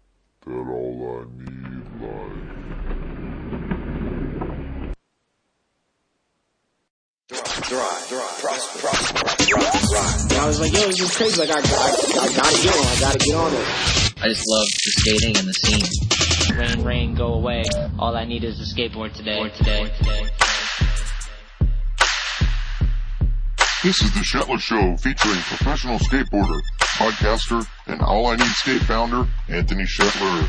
that all I need, like, Thrive, thrive, prosper, prosper. And I was like, yo, this is crazy. Like, I, I, I gotta get on. I gotta get on it. I just love the skating and the scene. Rain, rain, go away. All I need is a skateboard today. today. This is the Shetler Show featuring professional skateboarder, podcaster, and All I Need Skate founder, Anthony Shetler.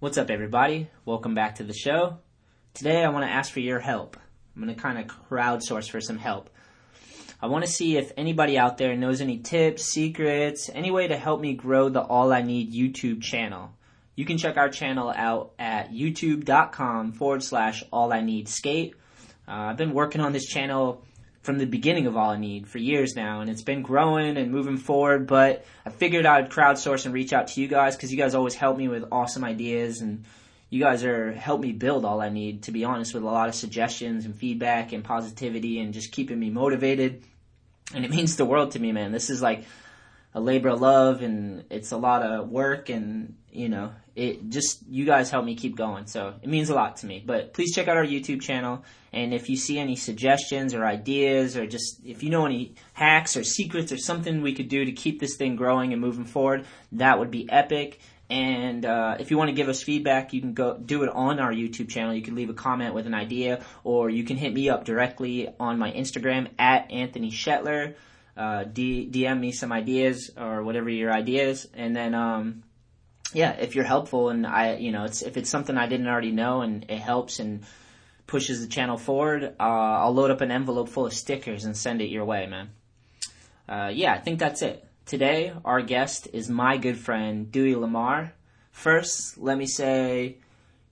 What's up, everybody? Welcome back to the show. Today, I want to ask for your help. I'm going to kind of crowdsource for some help. I want to see if anybody out there knows any tips, secrets, any way to help me grow the All I Need YouTube channel. You can check our channel out at youtube.com forward slash all I need skate. Uh, I've been working on this channel from the beginning of All I Need for years now, and it's been growing and moving forward. But I figured I'd crowdsource and reach out to you guys because you guys always help me with awesome ideas, and you guys are help me build All I Need. To be honest, with a lot of suggestions and feedback and positivity, and just keeping me motivated. And it means the world to me, man. This is like a labor of love, and it's a lot of work, and you know. It just you guys help me keep going, so it means a lot to me. But please check out our YouTube channel. And if you see any suggestions or ideas or just if you know any hacks or secrets or something we could do to keep this thing growing and moving forward, that would be epic. And uh, if you want to give us feedback, you can go do it on our YouTube channel. You can leave a comment with an idea, or you can hit me up directly on my Instagram at Anthony Shetler. Uh, D- DM me some ideas or whatever your ideas, and then um, yeah, if you're helpful and I, you know, it's if it's something I didn't already know and it helps and pushes the channel forward, uh, I'll load up an envelope full of stickers and send it your way, man. Uh, yeah, I think that's it. Today, our guest is my good friend Dewey Lamar. First, let me say,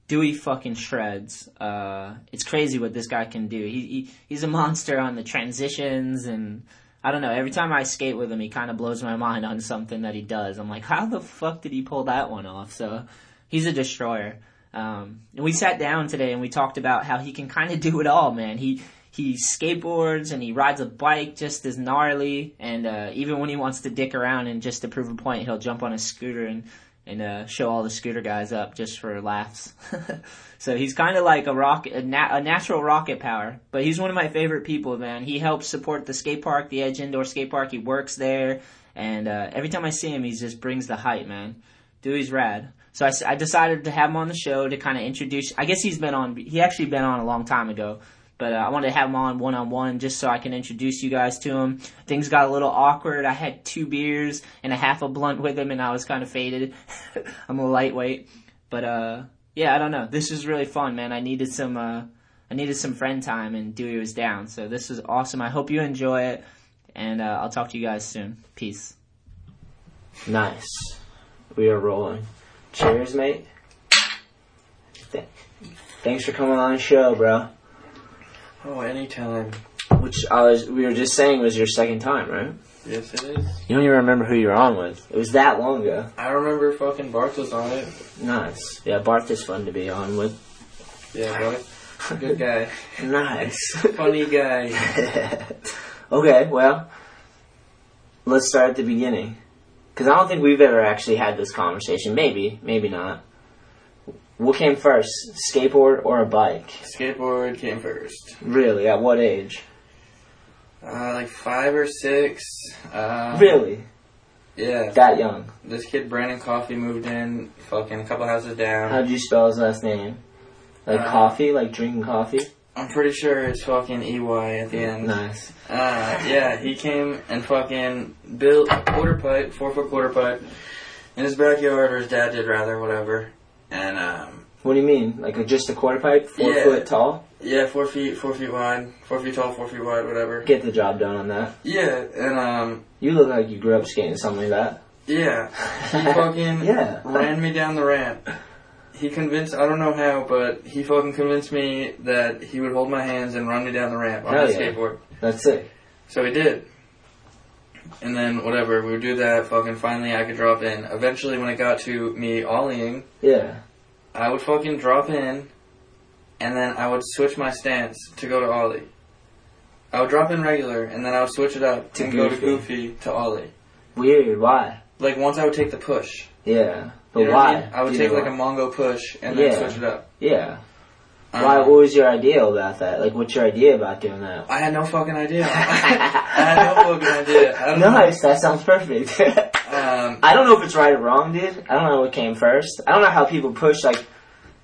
Dewey fucking shreds. Uh, it's crazy what this guy can do. He, he he's a monster on the transitions and. I don't know. Every time I skate with him, he kind of blows my mind on something that he does. I'm like, how the fuck did he pull that one off? So he's a destroyer. Um, and we sat down today and we talked about how he can kind of do it all, man. He he skateboards and he rides a bike just as gnarly, and uh, even when he wants to dick around and just to prove a point, he'll jump on a scooter and and uh, show all the scooter guys up just for laughs. so he's kind of like a rocket, a, na- a natural rocket power. But he's one of my favorite people, man. He helps support the skate park, the Edge Indoor Skate Park. He works there, and uh, every time I see him, he just brings the hype, man. Dewey's rad. So I, s- I decided to have him on the show to kind of introduce. I guess he's been on. He actually been on a long time ago, but uh, I wanted to have him on one on one just so I can introduce you guys to him. Things got a little awkward. I had two beers and a half a blunt with him, and I was kind of faded. I'm a lightweight, but uh, yeah, I don't know. This was really fun, man. I needed some. Uh, I needed some friend time, and Dewey was down. So this was awesome. I hope you enjoy it, and uh, I'll talk to you guys soon. Peace. Nice. We are rolling. Cheers, mate. Th- thanks for coming on the show, bro. Oh, anytime. Which I was, we were just saying was your second time, right? Yes, it is. You don't even remember who you were on with. It was that long ago. I remember fucking Barth was on it. Nice. Yeah, Barth is fun to be on with. Yeah, Barth. Good guy. Nice. Funny guy. okay, well, let's start at the beginning. Because I don't think we've ever actually had this conversation. Maybe, maybe not. What came first, skateboard or a bike? Skateboard came first. Really, at what age? Uh, like five or six. Uh, Really? Yeah. That young. This kid Brandon Coffee moved in, fucking a couple houses down. How do you spell his last name? Like Uh, coffee? Like drinking coffee? I'm pretty sure it's fucking EY at the end. Nice. Uh, yeah, he came and fucking built a quarter pipe, four foot quarter pipe, in his backyard, or his dad did rather, whatever. And, um, What do you mean? Like a, just a quarter pipe? Four Yeah. foot tall? yeah, four feet, four feet wide, four feet tall, four feet wide, whatever. Get the job done on that. Yeah, and, um, You look like you grew up skating something like yeah, he that. fucking Yeah. ran me down the ramp. He convinced, I don't know how, but he fucking convinced me that he would hold my hands and run me down the ramp on Hell his yeah. skateboard. That's it. So we did. And then whatever, we would do that, fucking finally I could drop in. Eventually when it got to me ollieing, Yeah. I would fucking drop in and then I would switch my stance to go to ollie. I would drop in regular and then I would switch it up To and go to goofy. goofy to ollie. Weird. Why? Like once I would take the push. Yeah. But You know what why? I, mean? I would Do you take know like why? a Mongo push and then Yeah. switch it up. Yeah. Um, Why? What was your idea about that? Like, what's your idea about doing that? I had no fucking idea. Um, I had no fucking idea. I don't Nice. That sounds perfect. know. Um, I don't know if it's right or wrong, dude. I don't know what came first. I don't know how people push. Like,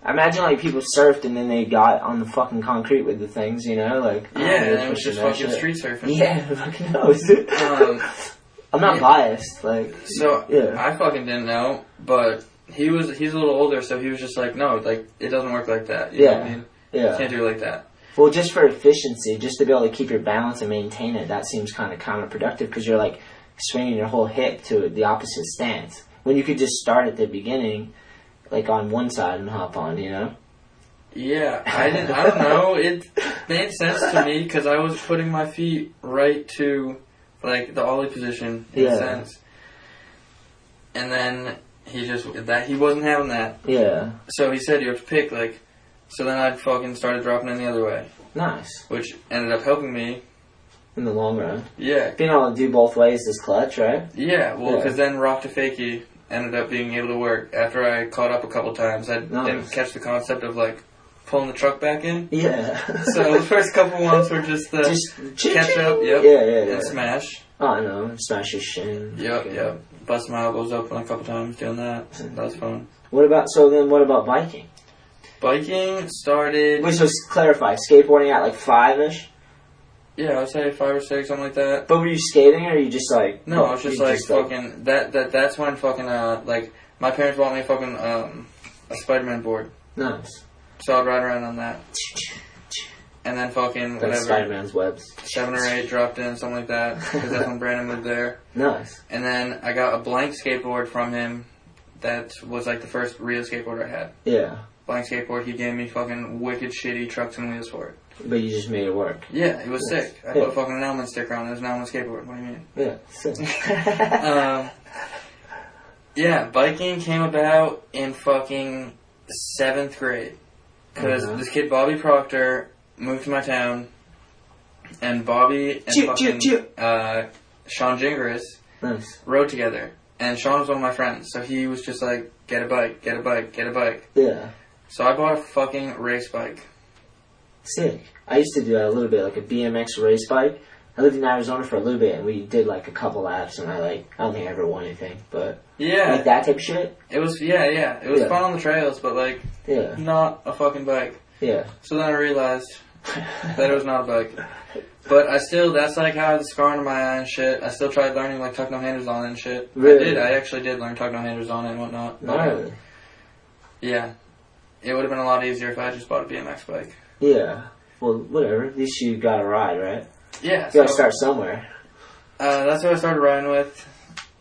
imagine like people surfed and then they got on the fucking concrete with the things, you know? Like, I don't yeah, know who and it was pushes just that fucking shit. street surfing. Yeah, who fucking knows. Um, I'm not yeah. biased. Like, So yeah, I fucking didn't know, but he was he's a little older, so he was just like, no, like it doesn't work like that. You know what I Yeah. mean? You yeah. can't do it like that. Well, just for efficiency, just to be able to keep your balance and maintain it, that seems kind of counterproductive because you're like swinging your whole hip to the opposite stance when you could just start at the beginning, like on one side and hop on, you know? Yeah, I didn't. I don't know. It made sense to me because I was putting my feet right to like the ollie position in Yeah. a sense, and then he just that he wasn't having that. Yeah, So he said you have to pick like. So then I fucking started dropping in the other way, nice which ended up helping me. in the long run. Yeah, Being able to do both ways is clutch, right? Yeah, well, Yeah. because then Rock to Fakey ended up being able to work after I caught up a couple times. I Nice. didn't catch the concept of like pulling the truck back in. Yeah. So the first couple ones were just the just catch up, yep, Yeah, yeah, yeah. and smash. Oh no, smash your shin. Yep, Okay. Mm-hmm. yep. Bust my elbows open a couple times doing that. So that was fun. What about so then? What about biking? Biking started. Wait, so s- clarify. Skateboarding at like five ish. Yeah, I would say five or six, something like that. But were you skating or you just like? No, I was just you like fucking that. That that's when fucking uh like my parents bought me a fucking um a Spider Man board, Nice. so I'd ride around on that. And then fucking That's whatever. Spider Man's webs. seven or eight dropped in, something like that, because that's when Brandon lived there. Nice. And then I got a blank skateboard from him. That was like the first real skateboard I had. Yeah, Blank skateboard. He gave me fucking wicked shitty trucks and wheels for it. but you just made it work. Yeah, it was Nice. sick. I Yeah. put a fucking Nauman sticker on. It was Nauman skateboard. What do you mean? Yeah. sick. Um, yeah, biking came about in fucking seventh grade because Uh-huh. this kid Bobby Proctor moved to my town, and Bobby and Choo, choo, fucking choo. Uh, Sean Gingras nice. rode together. And Sean was one of my friends, so he was just like, get a bike, get a bike, get a bike. Yeah. So I bought a fucking race bike. Sick. I used to do that a little bit, like a BMX race bike. I lived in Arizona for a little bit, and we did like a couple laps, and I like I don't think I ever won anything, but like Yeah, that type of shit. it was, yeah, yeah. It was Yeah. fun on the trails, but like, Yeah, not a fucking bike. yeah. So then I realized that it was not a bike. But I still, that's like how I had the scar under my eye and shit. I still tried learning like tuck no handers on and shit. Really? I did, I actually did learn tuck no handers on and whatnot. But, Gnarly. Yeah. It would have been a lot easier if I had just bought a BMX bike. Yeah. Well, whatever. At least you got a ride, right? Yeah, You got to so- start somewhere. Uh, that's what I started riding with,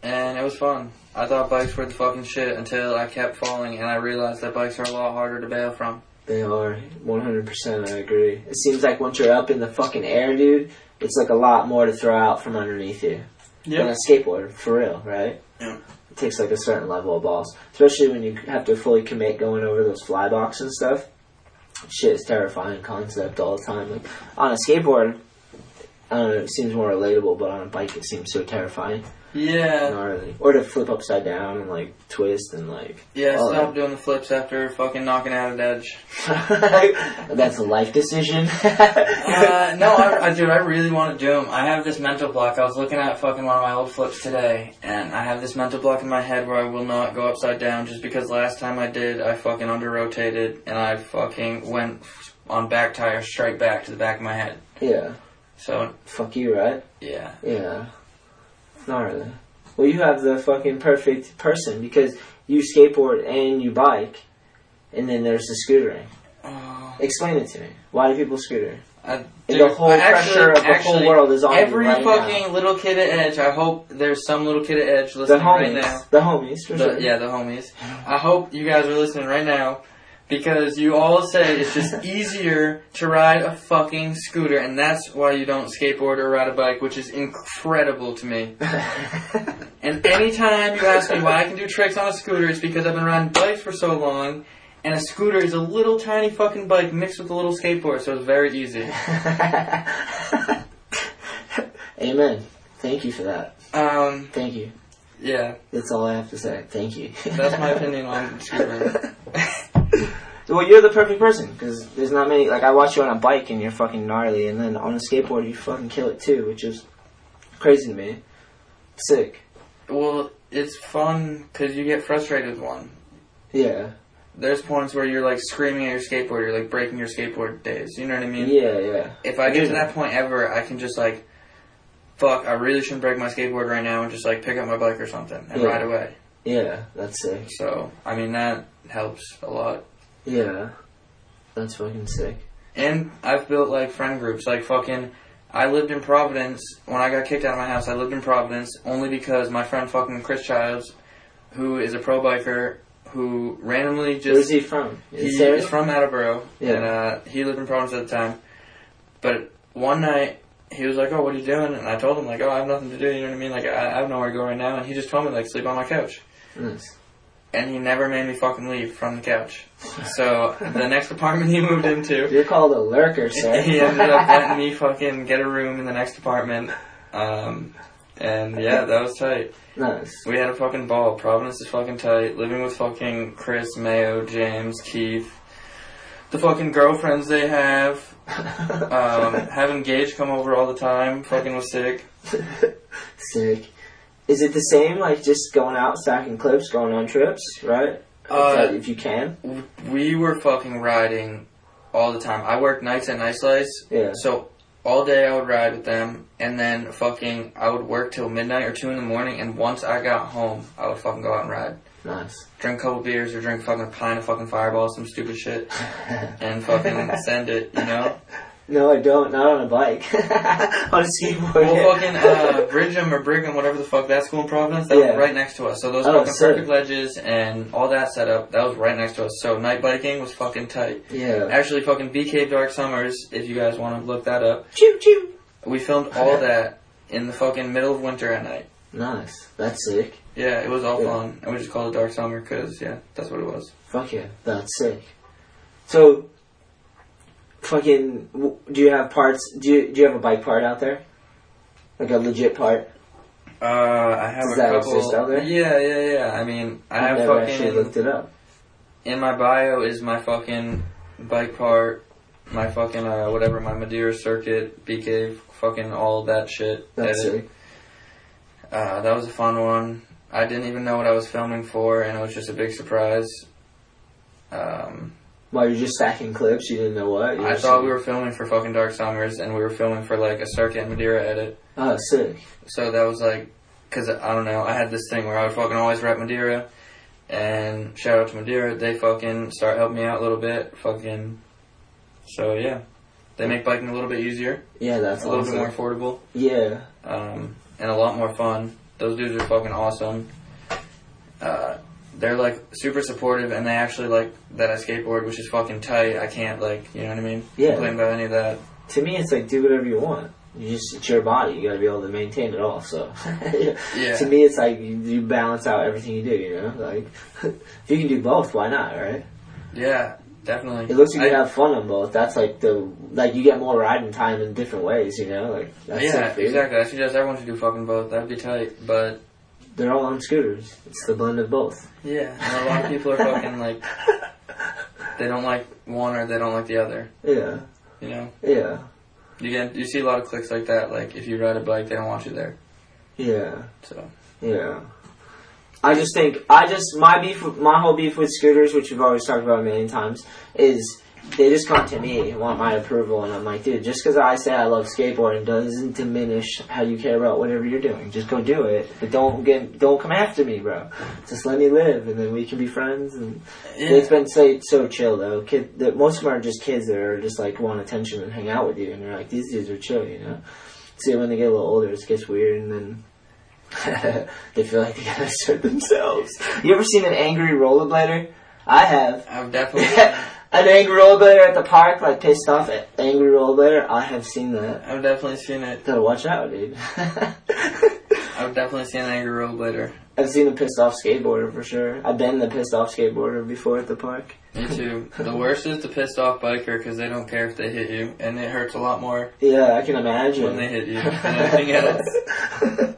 and it was fun. I thought bikes were the fucking shit until I kept falling, and I realized that bikes are a lot harder to bail from. They are 100%. I agree. It seems like once you're up in the fucking air, dude, it's like a lot more to throw out from underneath you. than a skateboard, for real, right? Yeah. It takes like a certain level of balls, especially when you have to fully commit going over those fly blocks and stuff. Shit is terrifying concept all the time. Like on a skateboard, I don't know, it seems more relatable, but on a bike it seems so terrifying. Yeah. Gnarly. Or to flip upside down and like twist and like. Yeah, all stop doing the flips after fucking knocking out an edge. that. That's a life decision. Uh, no, I, I, dude, I really want to do them. I have this mental block. I was looking at fucking one of my old flips today, and I have this mental block in my head where I will not go upside down just because last time I did, I fucking under rotated and I fucking went on back tire straight back to the back of my head. yeah. So, Fuck you, right? yeah. Yeah. Gnarly. Well, you have the fucking perfect person because you skateboard and you bike, and then there's the scootering. Oh, Explain it to me. Why do people scooter? I, And dude, the whole I actually- pressure of the whole actually, world is on you Every right now. fucking little kid at Edge, I hope there's some little kid at Edge The listening right homies. now. the homies, for The, sure. yeah, the homies. I hope you guys are listening right now because you all say it's just easier to ride a fucking scooter, and that's why you don't skateboard or ride a bike, which is incredible to me. and anytime you ask me why I can do tricks on a scooter, it's because I've been riding bikes for so long. And a scooter is a little tiny fucking bike mixed with a little skateboard, so it's very easy. Amen. Thank you for that. Um, Thank you. yeah, That's all I have to say. Thank you. that's my opinion on scootering. well, you're the perfect person because there's not many. Like I watch you on a bike and you're fucking gnarly, and then on a skateboard you fucking kill it too, which is crazy to me. Sick. Well, it's fun because you get frustrated with one. Yeah. There's points where you're like screaming at your skateboard, you're like breaking your skateboard days. You know what I mean? Yeah. Yeah. If I get to Yeah. that point ever, I can just like, fuck, I really shouldn't break my skateboard right now and just like pick up my bike or something and Yeah. ride away. Yeah. That's sick. So, I mean, that helps a lot. Yeah. That's fucking sick. And I've built like friend groups, like fucking. I lived in Providence when I got kicked out of my house. I lived in Providence only because my friend fucking Chris Childs, who is a pro biker, who randomly just Where's he from? He Is is from Attleboro, Yeah. and uh, he lived in Providence at the time. But one night, he was like, "Oh, what are you doing?" And I told him like, "Oh, I have nothing to do." You know what I mean? Like, I, I have nowhere to go right now. And he just told me like, sleep on my couch. Nice. And he never made me fucking leave from the couch. So the next apartment he moved into, You're called a lurker, sir. he ended up letting me fucking get a room in the next apartment. Um, and yeah, that was tight. nice. We had a fucking ball. Providence is fucking tight. Living with fucking Chris, Mayo, James, Keith. The fucking girlfriends they have. Um, having Gage come over all the time. Fucking was sick. Sick. Is it the same, like just going out, stacking clips, going on trips, right? If Uh, that- if you can. W- We were fucking riding all the time. I worked nights at Nice Slice. Yeah. So all day I would ride with them. And then fucking, I would work till midnight or 2 in the morning. And once I got home, I would fucking go out and ride. Nice. Drink a couple beers or drink fucking a pint of fucking fireball, some stupid shit. and fucking send it, you know? No, I don't. Not on a bike. on a skateboard. Well, fucking uh, Bridgham or Brigham, whatever the fuck that school in Providence, that Yeah. was right next to us. So those Oh, fucking sick. perfect ledges and all that setup, that was right next to us. So night biking was fucking tight. yeah. Actually, fucking BK Dark Summers, if you guys want to look that up, Choo choo. we filmed all that in the fucking middle of winter at night. Nice. That's sick. Yeah, it was all Yeah. fun, and we just called it Dark Summer because yeah, that's what it was. Fuck yeah. That's sick. So, fucking, w- do you have parts? Do you, do you have a bike part out there? Like a legit part? Uh, I have Does a that couple. exist out there? Yeah, yeah, yeah. I mean, I I've have never fucking. actually looked it up. in my bio is my fucking bike part, my fucking uh, whatever, my Madeira circuit, BK, fucking all that shit. That's Edit. sick. Uh, that was a fun one. I didn't even know what I was filming for, and it was just a big surprise. Um, While you're just stacking clips, you didn't know what? You I just- thought we were filming for fucking Dark Summers, and we were filming for like a circuit Madeira edit. Oh, sick. So that was like, cause I don't know, I had this thing where I would fucking always rep Madeira, and shout out to Madeira, they fucking start helping me out a little bit, fucking. So yeah, they make biking a little bit easier, Yeah, that's a little bit awesome. more affordable, Yeah. um, and a lot more fun. Those dudes are fucking awesome. Uh, they're like super supportive, and they actually like that I skateboard, which is fucking tight. I can't like, you know what I mean? Yeah. Complain about any of that. To me, it's like do whatever you want. You just it's your body. You gotta be able to maintain it all. So Yeah. to me, it's like you, you balance out everything you do. You know, like if you can do both, why not? Right? Yeah, Definitely. It looks like you I- have fun on both. That's like the like you get more riding time in different ways. You know, like that's yeah, it, dude. exactly. I suggest everyone should do fucking both. That'd be tight. But They're all on scooters. It's the blend of both. yeah, and a lot of people are fucking like they don't like one or they don't like the other. Yeah, You know, yeah, you get you see a lot of clicks like that. Like if you ride a bike, they don't want you there. yeah, So yeah. I just think I just my beef with- my whole beef with scooters, which we've always talked about a million times, is they just come to me and want my approval, and I'm like, dude, just because I say I love skateboarding doesn't diminish how you care about whatever you're doing. Just go do it, but don't get don't come after me, bro. Just let me live, and then we can be friends and. yeah, It's been so, so chill though. Kid, the, most of them are just kids that are just like want attention and hang out with you, and you're like, these dudes are chill, you know. See, when they get a little older, it gets weird, and then they feel like they gotta assert themselves. You ever seen an angry rollerblader? I have. I've definitely an angry rollerblader at the park, like pissed off at angry rollerblader. I have seen that. I've definitely seen it. Gotta watch out, dude. I've definitely seen an angry rollerblader. I've seen a pissed off skateboarder for sure. I've been the pissed off skateboarder before at the park. Me too. The worst is the pissed off biker because they don't care if they hit you, and it hurts a lot more Yeah, I can imagine. when they hit you than anything else.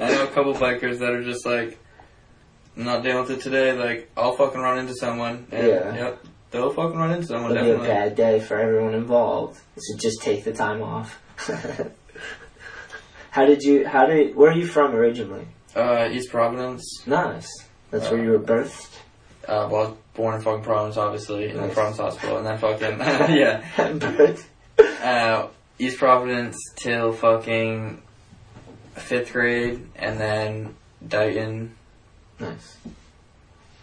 I know a couple bikers that are just like, I'm not dealing with it today. Like, I'll fucking run into someone. And, Yeah. Yep. They'll fucking run into someone. It'll be a Definitely. bad day for everyone involved. So just take the time off. how did you? How did? Where are you from originally? Uh, East Providence. Nice. That's where you were birthed. Uh, well, I was born in fucking Providence, obviously, in the Nice. Providence Hospital, and then fucking yeah. Birth? uh, East Providence till fucking fifth grade, and then Dighton, Nice.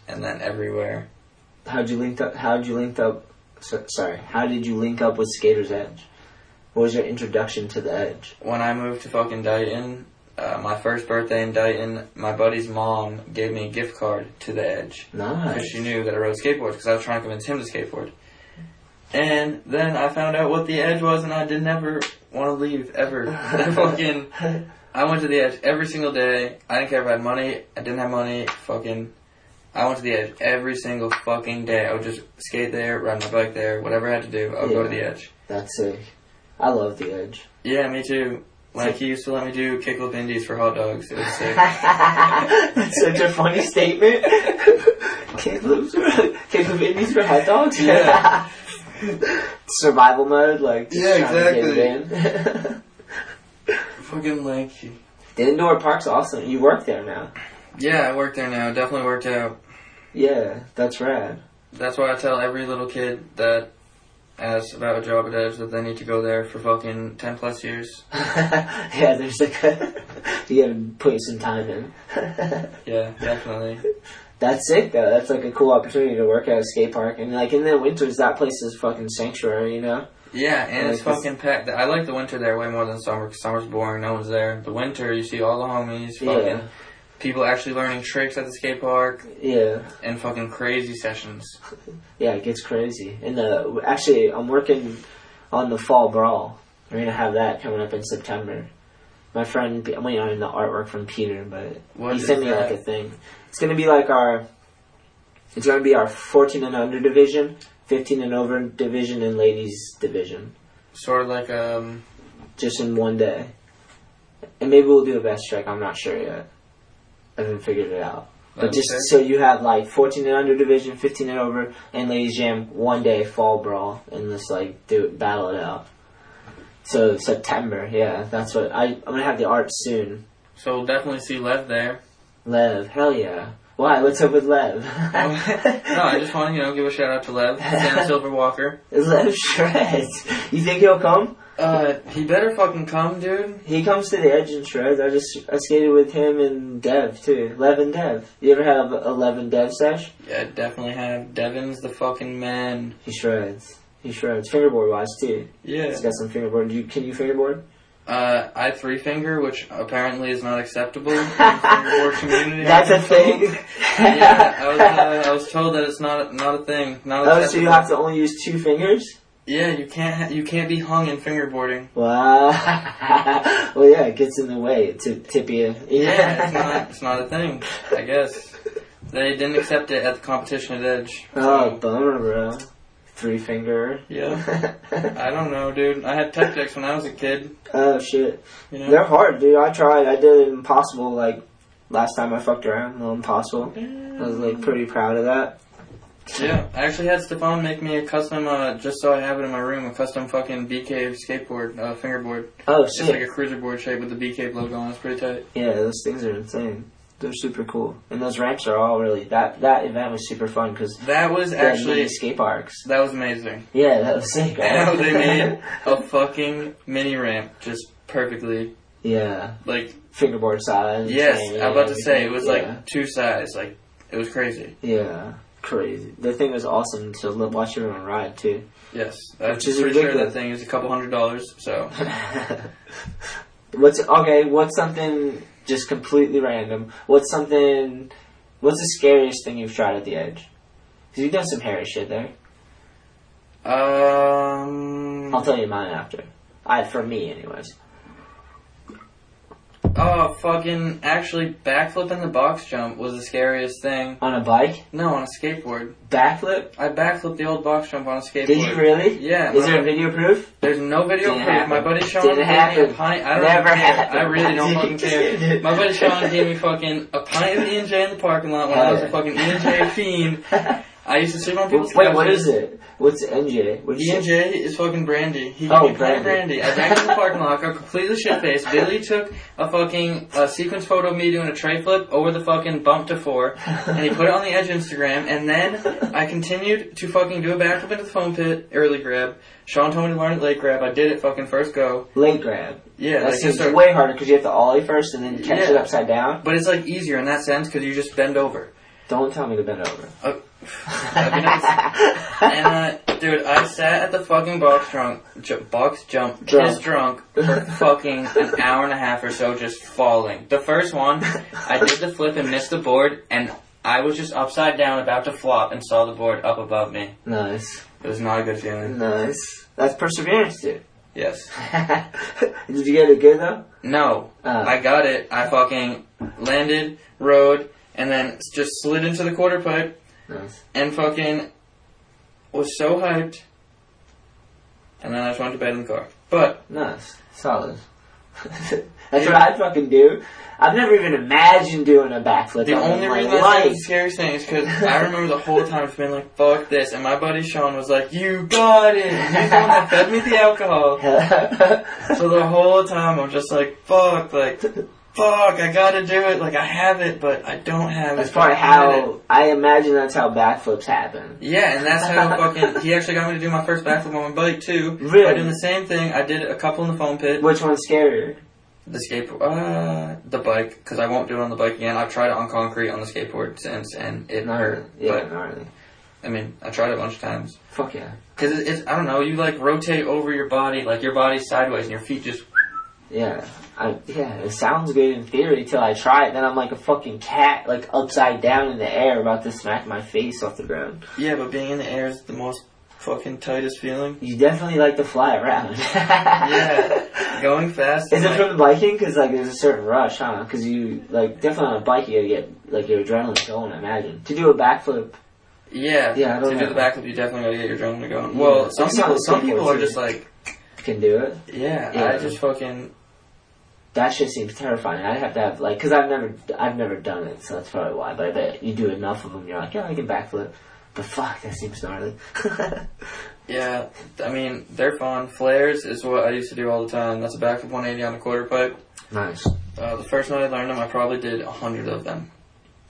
and then everywhere. How'd you link up? How'd you link up? So, sorry. How did you link up with Skater's Edge? What was your introduction to the Edge? When I moved to fucking Dighton, uh, my first birthday in Dighton, my buddy's mom gave me a gift card to the Edge because Nice. she knew that I rode skateboards because I was trying to convince him to skateboard. And then I found out what the Edge was, and I did never want to leave ever. I fucking, I went to the Edge every single day. I didn't care if I had money. I didn't have money. Fucking, I went to the Edge every single fucking day. I would just skate there, ride my bike there, whatever I had to do. I would go to the Yeah. Edge. That's sick. I love the Edge. Yeah, me too. Like he used to let me do kick up indies for hot dogs. It was sick. That's such a funny statement. Caleb's Caleb Indies for hot dogs. Yeah. Survival mode, like just Yeah, trying to get it in. Fucking lanky. the indoor park's awesome. You work there now. Yeah, I work there now. Definitely worked out. Yeah, that's rad. That's why I tell every little kid that asks about a job at Edge that they need to go there for fucking 10 plus years. yeah, there's like a, you gotta put some time in. Yeah, definitely. That's sick though. That's like a cool opportunity to work at a skate park, and like in the winters, that place is fucking sanctuary. You know. Yeah, and it's I like this. fucking packed. I like the winter there way more than summer 'cause summer's boring. No one's there. The winter, you see all the homies, fucking Yeah. people actually learning tricks at the skate park, Yeah. and fucking crazy sessions. Yeah, it gets crazy. And uh, actually, I'm working on the fall brawl. We're gonna have that coming up in September. My friend, I'm waiting on the artwork from Peter, but What he is sent me that? like a thing. It's gonna be like our, it's gonna be our 14 and under division, 15 and over division, and ladies division, Sort of like, um, just in one day. And maybe we'll do a best strike. I'm not sure yet. I haven't figured it out. But like just this. so you have like 14 and under division, 15 and over, and ladies jam one day fall brawl, and just like do it, battle it out. So September, yeah, that's what I I'm gonna have the art soon. so we'll definitely see Lev there. Lev, hell yeah. Why? What's up with Lev? Oh. no, I just want to, you know, give a shout out to Lev, Sam Silver Walker. Lev shreds. You think he'll come? Uh, he better fucking come, dude. He comes to the edge and shreds. I just I skated with him and Dev too. Lev and Dev. You ever have a Lev and Dev sesh? Yeah, definitely have. Devin's the fucking man. He shreds. He shreds. Fingerboard wise too. Yeah. He's got some fingerboard. Do you, can you fingerboard? Uh, I three finger, which apparently is not acceptable in the fingerboard community. That's I a was told. thing. yeah, I was, uh, I was told that it's not not a thing. Not Oh, so acceptable. you have to only use two fingers? Yeah, you can't ha- you can't be hung in fingerboarding. Wow. well, yeah, it gets in the way. It's a tibia. Yeah, it's not it's not a thing. I guess they didn't accept it at the competition at Edge. oh, bummer, bro. three finger. Yeah. I don't know, dude. I had Tech Decks when I was a kid. oh shit. You know? They're hard, dude. I tried. I did impossible like last time I fucked around, little impossible. I was like pretty proud of that. Yeah, I actually had Stefan make me a custom, uh, just so I have it in my room, a custom fucking B Cave skateboard, uh, fingerboard. Oh It's just like a shit. cruiser board shape with the B Cave logo on it. It's pretty tight. Yeah, those things are insane. They're super cool, and those ramps are all really that that event was super fun because That was actually, skate parks. that was amazing. Yeah, that was sick. right? And they made a fucking mini ramp just perfectly. yeah, Like, fingerboard size. yes, and I was about to say, it everything. was Yeah. like two size. Like, it was crazy. yeah, crazy. The thing was awesome to l- watch everyone ride too. Yes. I'm Which is pretty sure ridiculous. that thing is a couple hundred dollars, so. what's okay? What's something just completely random? What's something? What's the scariest thing you've tried at the edge? Because you've done some hairy shit there. Um. I'll tell you mine after. I for me, anyways. Oh, fucking. Actually, backflipping the box jump was the scariest thing. On a bike, No, on a skateboard. backflip. I backflipped the old box jump on a skateboard. Did you really? Yeah. Is my- there a video proof? There's no video Didn't proof. happen. My buddy Sean Didn't gave me happen. a pint. I don't Never even care. happened. I really don't fucking Didn't care. happen. My buddy Sean gave me fucking a pint of E and J in the parking lot when Hell I was yeah. a fucking E and J fiend. I used to sleep on people's Wait, what couches. is it? What's NJ? What E and J is fucking brandy. He Oh, gave me a pint of brandy. brandy. I drank it in the parking lot. Got completely shit faced. Billy took a fucking uh, sequence photo of me doing a tray flip over the fucking bump to four, and he put it on the edge of Instagram. And then I continued to fucking do a backflip into the foam pit early grab. Sean told me to learn it late grab. I did it fucking first go. Late grab. Yeah, that like seems just a- way harder because you have to ollie first and then catch Yeah. it upside down. but it's like easier in that sense because you just bend over. Don't tell me to bend over. That'd be nice. and uh, dude, I sat at the fucking box drunk, ju- box jump, Drunk. just drunk for fucking an hour and a half or so, just falling. The first one, I did the flip and missed the board, and I was just upside down, about to flop, and saw the board up above me. Nice, It was not a good feeling. nice. That's perseverance, dude. Yes. Did you get it good though? No. Uh. I got it. I fucking landed, rode, and then just slid into the quarter pipe. Nice. and fucking was so hyped. And then I just went to bed in the car. But Nice. Solid. That's what I'd fucking do. I've never even imagined doing a backflip. the in only my reason I said life. the scariest thing is because I remember the whole time just being like, fuck this. And my buddy Sean was like, you got it. He's the one that fed me the alcohol. So the whole time I'm just like, fuck, like, fuck, I gotta do it. Like, I have it, but I don't have it. that's probably how I imagine that's how backflips happen. Yeah, and that's how fucking. He actually got me to do my first backflip on my bike too. Really? By doing the same thing, I did a couple in the foam pit. Which one's scarier? The skateboard, uh, the bike, because I won't do it on the bike again. I've tried it on concrete on the skateboard since, and it Not really. hurt. Yeah, not really. But I mean, I tried it a bunch of times. Fuck yeah. Because it, it's, I don't know, you like rotate over your body, like your body's sideways, and your feet just. Yeah. I, yeah, it sounds good in theory till I try it. Then I'm like a fucking cat, like upside down in the air, about to smack my face off the ground. Yeah, but being in the air is the most fucking tightest feeling. You definitely like to fly around. Yeah, going fast. Is and, it like- from the biking? Because like there's a certain rush, huh? Because you like definitely on a bike you gotta get like your adrenaline going. I imagine to do a backflip. Yeah, Yeah, I don't to do know. the backflip, you definitely gotta get your adrenaline going. Yeah. Well, some It's not people, a some skateboard, people are too. just like, Can do it. yeah, Yeah. I just fucking. That shit seems terrifying. I'd have to have like because I've never I've never done it, so that's probably why. But I bet you do enough of them, you're like, yeah, I can backflip. But fuck, that seems gnarly. Yeah, I mean, they're fun. Flares is what I used to do all the time. That's a backflip 180 on the quarter pipe. nice. Uh, the first night I learned them, I probably did a hundred of them,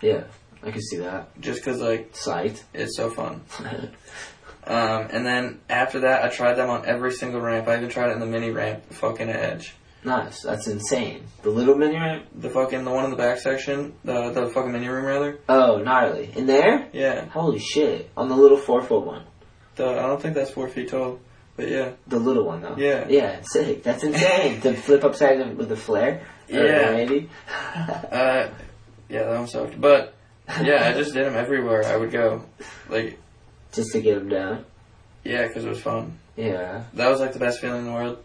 Yeah, I can see that. just 'cause like Sight. it's so fun. Um, and then after that, I tried them on every single ramp. I even tried it in the mini ramp, the fucking edge, nice. That's insane. The little mini ramp. the fucking the one in the back section, the the fucking mini room rather. Oh, gnarly. In there? Yeah, Holy shit! On the little four foot one. the, I don't think that's four feet tall, but yeah, The little one though. Yeah. Yeah, it's sick. That's insane. to flip upside down with the flare. Or Yeah. Maybe. uh, yeah, that one sucked. But yeah, I just did them everywhere I would go, like Just to get him down. yeah, 'cause it was fun. Yeah. That was like the best feeling in the world.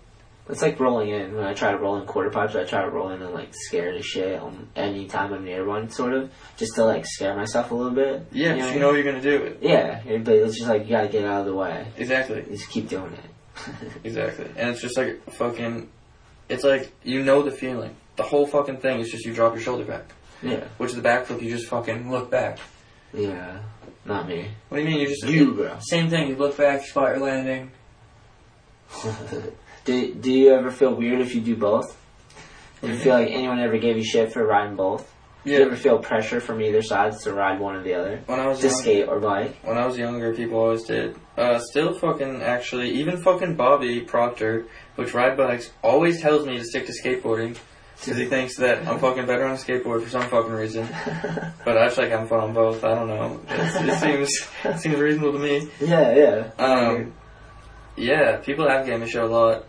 It's like rolling in. When I try to roll in quarter pipes, I try to roll in and like scared as shit um, anytime I'm near one, sort of, just to like scare myself a little bit. Yeah, 'cause you know you're gonna do it. Yeah, but it's just like you gotta get out of the way. Exactly. Just keep doing it. Exactly. And it's just like fucking. It's like you know the feeling. The whole fucking thing is just you drop your shoulder back. Yeah. Which is the backflip. You just fucking look back. Yeah. Not me. What do you mean? You just You, bro. Same thing. You look back, spot your landing. do, do you ever feel weird if you do both? Do you feel like anyone ever gave you shit for riding both? Do Yeah. you ever feel pressure from either side to ride one or the other? When I was to young- skate or bike? When I was younger, people always did. Uh, still fucking actually, even fucking Bobby Proctor, which ride bikes, always tells me to stick to skateboarding. Because he thinks that I'm fucking better on a skateboard for some fucking reason. But I feel like I'm fun on both, I don't know. It's, it seems it seems reasonable to me. Yeah, yeah. Um, yeah, people have given me shit a lot.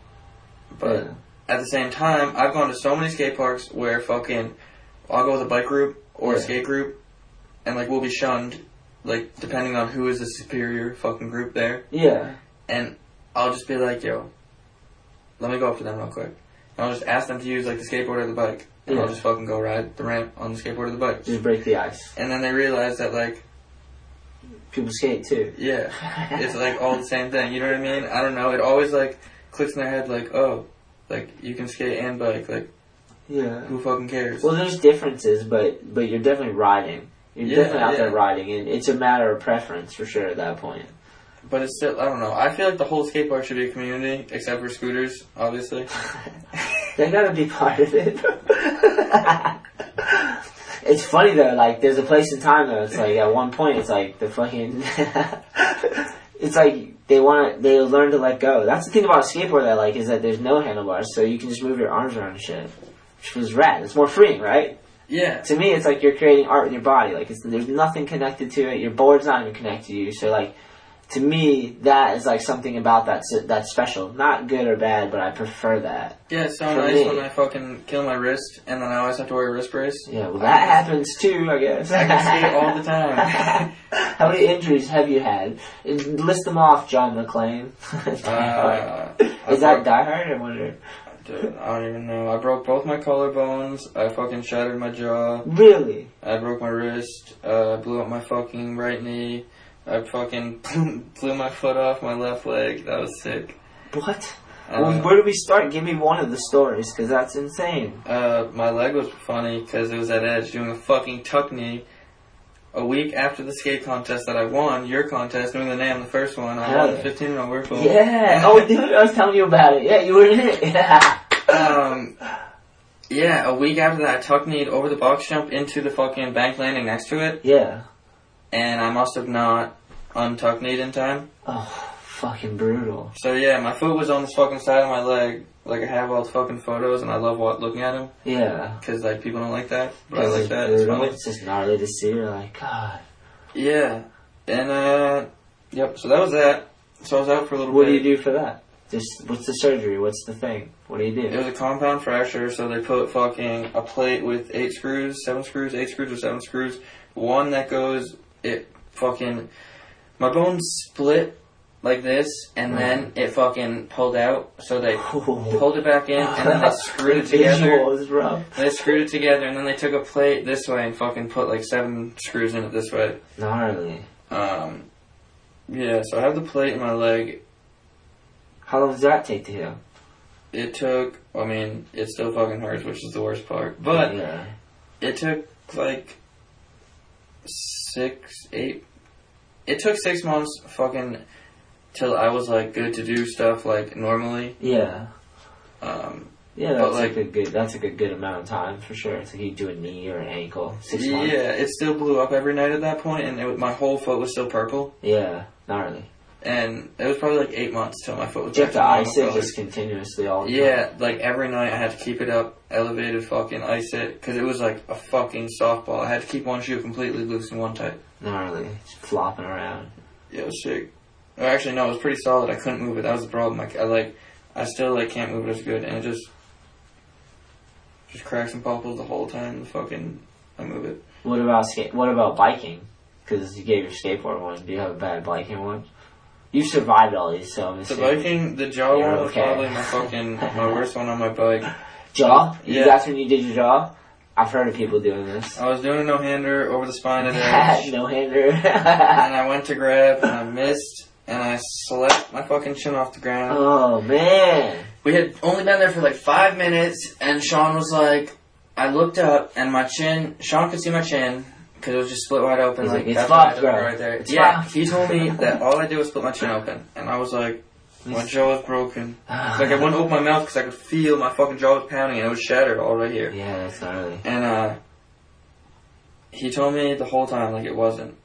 But at the same time, I've gone to so many skate parks where fucking I'll go with a bike group or a Yeah. skate group, and like we'll be shunned, like depending on who is the superior fucking group there. Yeah. And I'll just be like, yo, let me go up to them real quick. And I'll just ask them to use like the skateboard or the bike, and I'll Yeah. just fucking go ride the ramp on the skateboard or the bike. Just break the ice. And then they realize that like People skate too. yeah, it's like all the same thing. You know what I mean? I don't know. It always like clicks in their head like, oh, like you can skate and bike. Like Yeah. who fucking cares? Well, there's differences, but but you're definitely riding. You're Yeah, definitely out yeah. there riding, and it's a matter of preference for sure at that point. But it's still, I don't know. I feel like the whole skate park should be a community, except for scooters, obviously. They gotta be part of it. it's funny though, like there's a place in time though, it's like at one point it's like the fucking It's like they wanna they learn to let go. That's the thing about a skateboard that I like is that there's no handlebars, so you can just move your arms around and shit. Which was rad. It's more freeing, right? Yeah, To me it's like you're creating art with your body. Like it's there's nothing connected to it. Your board's not even connected to you, so like to me, that is like something about that s- that's special. Not good or bad, but I prefer that. yeah. It's so For nice me. when I fucking kill my wrist, and then I always have to wear a wrist brace. Yeah, well, that happens too, I guess. I can skate all the time. How many injuries have you had? List them off, John McClane. Uh, I is that broke- Die Hard? I wonder. Dude, I don't even know. I broke both my collarbones. I fucking shattered my jaw. Really? I broke my wrist. Uh, I blew up my fucking right knee. I fucking blew my foot off my left leg. That was sick. What? well, Uh, where do we start? Give me one of the stories, because that's insane. uh, my leg was funny because it was at Edge doing a fucking tuck knee. A week after the skate contest that I won, your contest, doing the name, the first one, I Hell won the yeah. 15 year old work goal. Yeah. Oh, dude, I was telling you about it. Yeah, you were in it. Yeah. Um, yeah, a week after that, I tuck kneed over the box jump into the fucking bank landing next to it, Yeah. and I must have not untuck kneed in time. Oh, fucking brutal. So yeah, my foot was on this fucking side of my leg. Like I have all the fucking photos, and I love what, looking at them Yeah. because like people don't like that, but I This like is that. It's brutal. funny. It's just gnarly to see. You're like, God. Yeah, and uh, yep. So that was that. So I was out for a little What do bit. you do for that? Just, what's the surgery? What's the thing? What do you do? It was a compound fracture, so they put fucking a plate with eight screws, seven screws, eight screws, or seven screws. One that goes, it fucking, my bone split like this, and then it fucking pulled out. So they pulled it back in, and then they screwed it together. Visual is rough. They screwed it together, and then they took a plate this way and fucking put like seven screws in it this way. Gnarly. Um, yeah, so I have the plate in my leg. How long does that take to heal? It took, I mean, it still fucking hurts, which is the worst part. But yeah. it took like six, eight. It took six months fucking till I was like good to do stuff like normally. yeah, Um, yeah, But, that's like, like- a good that's like a good amount of time for sure. It's like you do a knee or an ankle, six yeah, months. it still blew up every night at that point, and it, was- my whole foot was still purple. Yeah, gnarly. And it was probably like eight months till my foot was You have back to normal ice it color. just continuously all the time. Yeah, like every night I had to keep it up, elevated, fucking ice it, because it was like a fucking softball. I had to keep one shoe completely loose and one tight. gnarly, just flopping around. Yeah, it was sick. Or actually, no, it was pretty solid. I couldn't move it. That was the problem. Like I like, I still like can't move it as good, and it just just cracks and popples the whole time. The fucking I move it. What about skate? What about biking? Because you gave your skateboard one. Do you have a bad biking one? You've survived all these, so I'm The assuming. biking, the jaw You're one was okay. probably my fucking my worst one on my bike. Jaw? You, Yeah. That's when you did your jaw? I've heard of people doing this. I was doing a no hander over the spine at edge, no hander. and I went to grab and I missed, and I slapped my fucking chin off the ground. oh, man. We had only been there for like five minutes, and Sean was like, I looked up, and my chin, Sean could see my chin, because it was just split wide open. He's Like, like, "It's that's why I fucked, did it bro. right there. It's yeah, fucked." he told me that all I did was split my chin open, and I was like, my jaw is broken. Like, I wouldn't open my mouth because I could feel my fucking jaw was pounding, and it was shattered all right here. Yeah, that's gnarly. And, uh, he told me the whole time, like, it wasn't.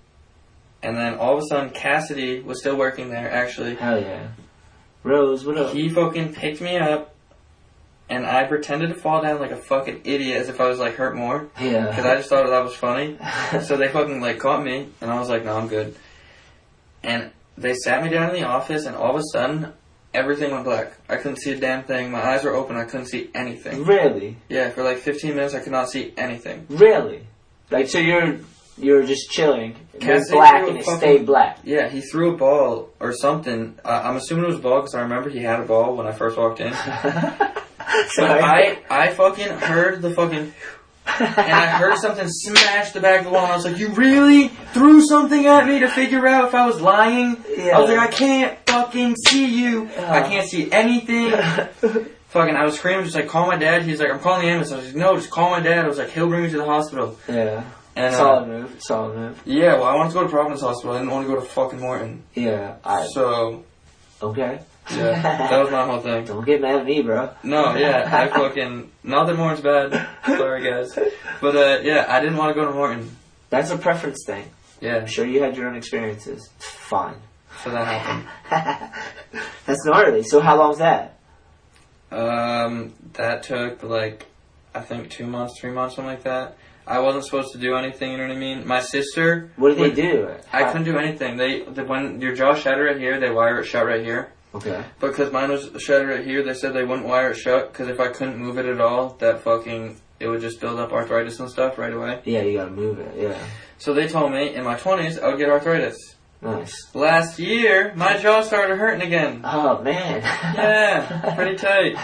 And then all of a sudden, Cassidy was still working there, actually. Hell yeah. Rose, what up? He fucking picked me up, and I pretended to fall down like a fucking idiot as if I was like hurt more, because I Yeah. just thought that was funny. So they fucking like caught me, and I was like, no, I'm good. And they sat me down in the office, and all of a sudden, everything went black. I couldn't see a damn thing. My eyes were open. I couldn't see anything. really? Yeah, for like 15 minutes, I could not see anything. Really? Like, so you're you're just chilling. It Can't was say black you and it fucking- stayed black. Yeah, he threw a ball or something. Uh, I'm assuming it was a ball because I remember he had a ball when I first walked in. So I, I fucking heard the fucking, and I heard something smash the back of the wall, and I was like, "You really threw something at me to figure out if I was lying?" I was like, "I can't fucking see you. I can't see anything." fucking, I was screaming, just like, "Call my dad." He's like, "I'm calling the ambulance." I was like, "No, just call my dad." I was like, "He'll bring me to the hospital." Yeah. And uh, Solid move. Solid move. yeah, well, I wanted to go to Providence Hospital. I didn't want to go to fucking Morton. Yeah. I, So okay. yeah, that was my whole thing. Don't get mad at me, bro. No, yeah, I fucking not that Morton's bad. Sorry guys, but uh, yeah, I didn't want to go to Morton. That's a preference thing. Yeah, I'm sure you had your own experiences. It's fine. so that happened. That's gnarly. So how long's that? Um, that took like I think two months, three months, something like that. I wasn't supposed to do anything. You know what I mean? My sister, What did Wait. they do? I couldn't do anything. They, they when your jaw shattered right here, they wire it shut right here. Okay. But because mine was shattered right here, they said they wouldn't wire it shut because if I couldn't move it at all, that fucking it would just build up arthritis and stuff right away. Yeah, you gotta move it. Yeah. So they told me in my twenties I would get arthritis. Nice. Last year, my jaw started hurting again. Oh man. Yeah, pretty tight.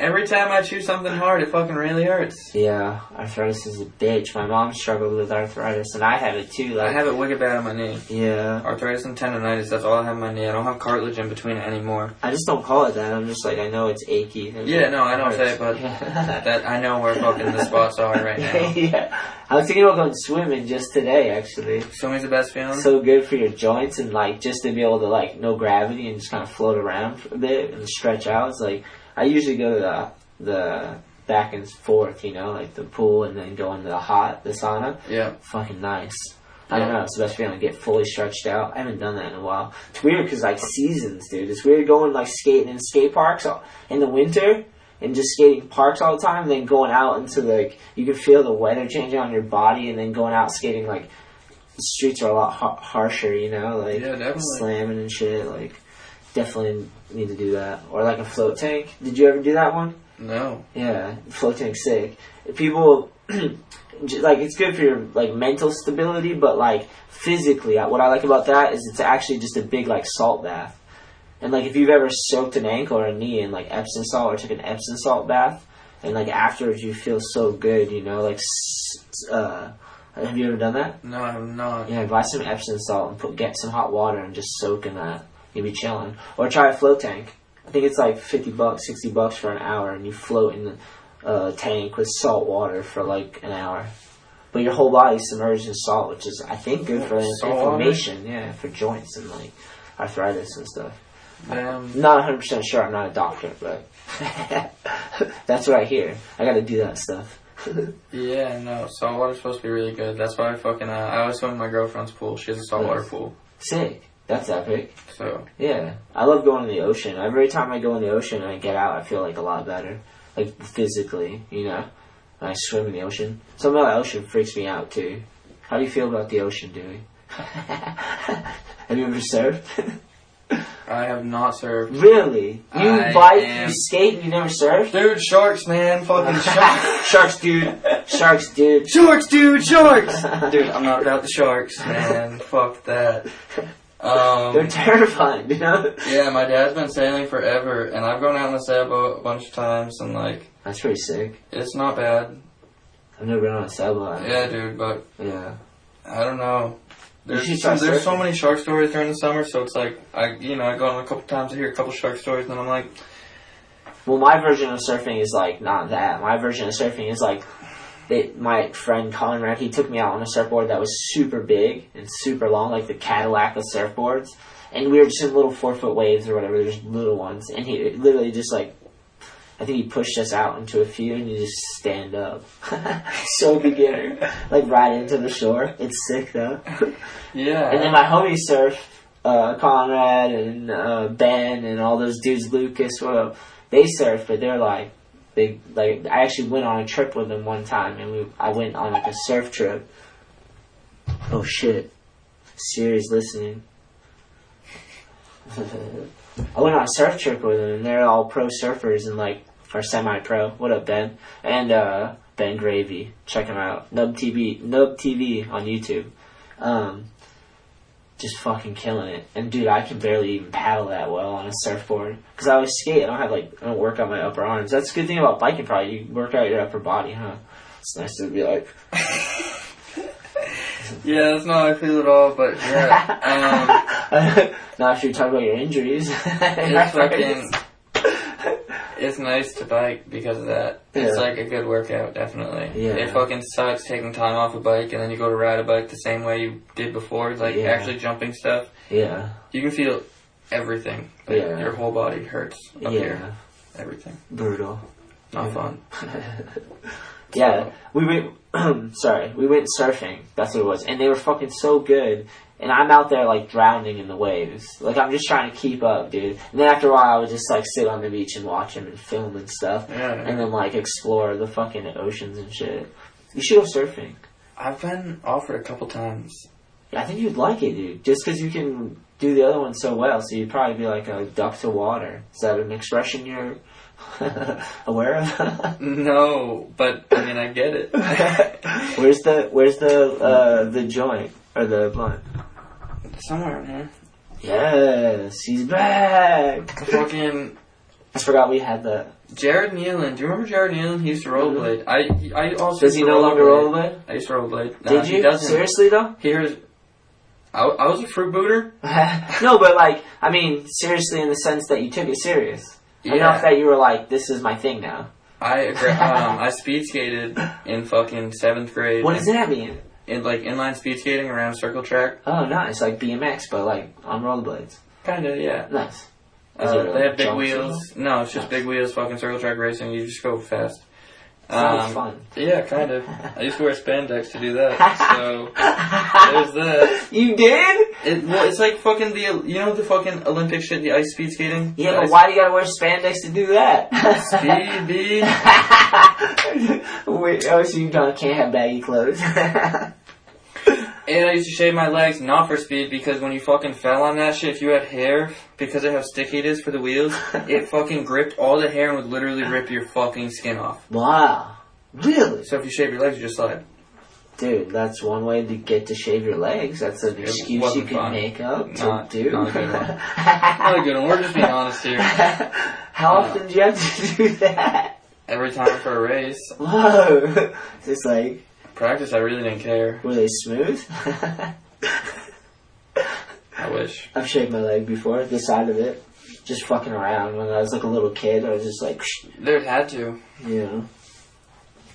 Every time I chew something hard, it fucking really hurts. Yeah, arthritis is a bitch. My mom struggled with arthritis, and I have it too. Like, I have it wicked bad on my knee. yeah, Arthritis and tendonitis, that's all I have on my knee. I don't have cartilage in between it anymore. I just don't call it that. I'm just like, I know it's achy. and Yeah, it no, I don't say it, hurts. but that I know where fucking the spots are right now. yeah, I was thinking about going swimming just today, actually. Swimming's the best feeling. So good for your joints and like just to be able to like no gravity and just kind of float around for a bit and stretch out. It's like I usually go to the the back and forth, you know, like the pool and then go into the hot the sauna. yeah. fucking nice. I don't know. It's the best feeling to get fully stretched out. I haven't done that in a while. It's weird because like seasons, dude. It's weird going like skating in skate parks all- in the winter and just skating parks all the time. And then going out into like you can feel the weather changing on your body, and then going out skating like the streets are a lot har harsher. You know, like Yeah, definitely. slamming and shit. Like definitely need to do that or like a float tank. Did you ever do that one? No. Yeah, floating sick. People j- like it's good for your like mental stability, but like physically, I- what I like about that is it's actually just a big like salt bath. And like if you've ever soaked an ankle or a knee in like Epsom salt or took an Epsom salt bath, and like afterwards you feel so good, you know, like s- s- uh, have you ever done that? No, I'm not. Yeah, buy some Epsom salt and put get some hot water and just soak in that. You'll be chilling. Or try a float tank. I think it's like fifty bucks, sixty bucks for an hour, and you float in a tank with salt water for like an hour. But your whole body's submerged in salt, which is I think good for Salt water? inflammation, yeah, for joints and like arthritis and stuff. Damn. Not hundred percent sure. I'm not a doctor, but that's what I hear. I got to do that stuff. Yeah, no. Saltwater's supposed to be really good. That's why I fucking, uh, I always swim in my girlfriend's pool. She has a saltwater pool. Sick. That's epic. So, Yeah, I love going in the ocean. Every time I go in the ocean and I get out, I feel like a lot better, like physically, you know. When I swim in the ocean. Something about the ocean freaks me out too. How do you feel about the ocean, Dewey? Have you ever surfed? I have not served. really? You I bike, am- you skate, and you never surfed? Dude, sharks, man. Fucking sharks. sharks, dude. Sharks, dude. Sharks, dude, sharks! dude, I'm not about the sharks, man. Fuck that. Um, They're terrifying, you know? Yeah, my dad's been sailing forever, and I've gone out in the sailboat a bunch of times, and like That's pretty sick. it's not bad. I've never been on a sailboat. Yeah, dude, but Yeah. I don't know. There's should try there's so surfing. many shark stories during the summer, so it's like I you know I go on a couple times, I hear a couple shark stories, and then I'm like, Well, my version of surfing is like not that. My version of surfing is like they, my friend Conrad. He took me out on a surfboard that was super big and super long, like the Cadillac of surfboards. And we were just in little four foot waves or whatever, just little ones. And he literally just like, I think he pushed us out into a few, and you just stand up. so beginner, like right into the shore. It's sick though. yeah, And then my homies surf, uh, Conrad and uh, Ben and all those dudes, Lucas, well, they surf, but they're like, they like. I actually went on a trip with them one time, and we I went on like a surf trip. Oh shit! Siri's listening. I went on a surf trip with them, and they're all pro surfers and like or semi-pro. What up, Ben? And uh, Ben Gravy, check him out. Nub TV, Nub TV on YouTube. Um, just fucking killing it. And dude, I can barely even paddle that well on a surfboard because I always skate. I don't have like I don't work out my upper arms. That's the good thing about biking. Probably you work out your upper body, huh? It's nice to be like, yeah, that's not how I feel at all. But yeah, um, not if you talk about your injuries. it's fucking. It's nice to bike because of that. It's Yeah. like a good workout, definitely. Yeah. It fucking sucks taking time off a bike and then you go to ride a bike the same way you did before, like Yeah. actually jumping stuff. yeah, You can feel everything. Like, Yeah. Your whole body hurts up yeah, here. Everything. brutal. Not fun. Yeah, we went. sorry, we went surfing. That's what it was, and they were fucking so good. And I'm out there like drowning in the waves. Like I'm just trying to keep up, dude. And then after a while, I would just like sit on the beach and watch them and film and stuff, Yeah. and then like explore the fucking oceans and shit. You should go surfing. I've been offered a couple times. I think you'd like it, dude. Just because you can do the other one so well, so you'd probably be like a duck to water. Is that an expression you're aware of? No, but I mean, I get it. Where's the where's the uh, the joint or the blunt? Somewhere in here. Yes, he's back. Fucking I forgot we had the. Jared Nealon. Do you remember Jared Nealon? He used to rollerblade. I I also Does he used to no longer rollerblade. rollerblade? I used to rollerblade. Nah, Did He you doesn't. seriously though? He was, I, I was a fruit booter. no, but like I mean, seriously in the sense that you took it serious enough that you were like, "This is my thing now." I agree. um, I speed skated in fucking seventh grade. What does that mean? In like inline speed skating around circle track. Oh, nice, like BMX, but like on rollerblades. Kinda, yeah. Nice. Is Uh, it they have big jumps and wheels. No, it's just big wheels. Fucking circle track racing. You just go fast. all? Um, Sounds fun. Yeah, kind of. I used to wear spandex to do that. So there's that. You did? It, well, it's like fucking the you know the fucking Olympic shit, the ice speed skating. Yeah, The but ice why do you gotta wear spandex to do that? Speed, B. Wait, oh, so you don't can't have baggy clothes. And I used to shave my legs not for speed because when you fucking fell on that shit, if you had hair, because of how sticky it is for the wheels, it fucking gripped all the hair and would literally rip your fucking skin off. wow, really? So if you shave your legs, you just slide. Dude, that's one way to get to shave your legs. That's an excuse you wasn't can fun. make up to Not- do. not a good one. Not a good one. We're just being honest here. How often do you have to do that? Every time for a race, Whoa. It's like, practice, I really didn't care. were they smooth? I wish. I've shaved my leg before, the side of it. Just fucking around. When I was like a little kid, I was just like, There had to. you know.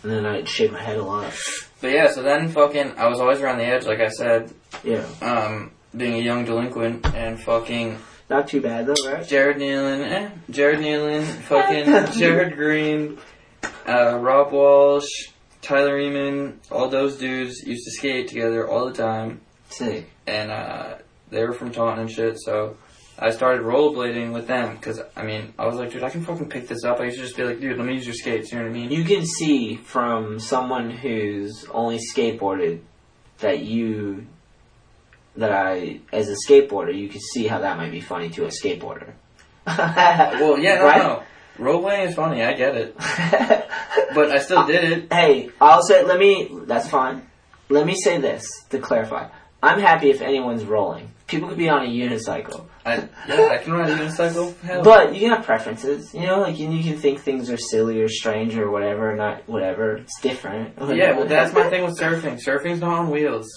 And then I'd shave my head a lot. But yeah, so then fucking, I was always around the edge, like I said, Yeah. um, being a young delinquent and fucking Not too bad though, right? Jared Nealon, eh, Jared Nealon, fucking Jared Green, uh, Rob Walsh, Tyler Eamon, all those dudes used to skate together all the time, Sick. and uh, they were from Taunton and shit. So I started rollerblading with them because I mean I was like, dude, I can fucking pick this up. I used to just be like, dude, let me use your skates. You know what I mean? You can see from someone who's only skateboarded that you that I as a skateboarder you can see how that might be funny to a skateboarder. well, yeah, no, right? no. Rollerblading is funny. I get it, but I still did it. hey, I'll say let me that's fine. Let me say this to clarify. I'm happy if anyone's rolling. people could be on a unicycle. I, yeah, I can ride a unicycle. Hell. But you can have preferences, you know, like you, you can think things are silly or strange or whatever, not whatever. It's different. yeah, well, that's my thing with surfing. Surfing's not on wheels.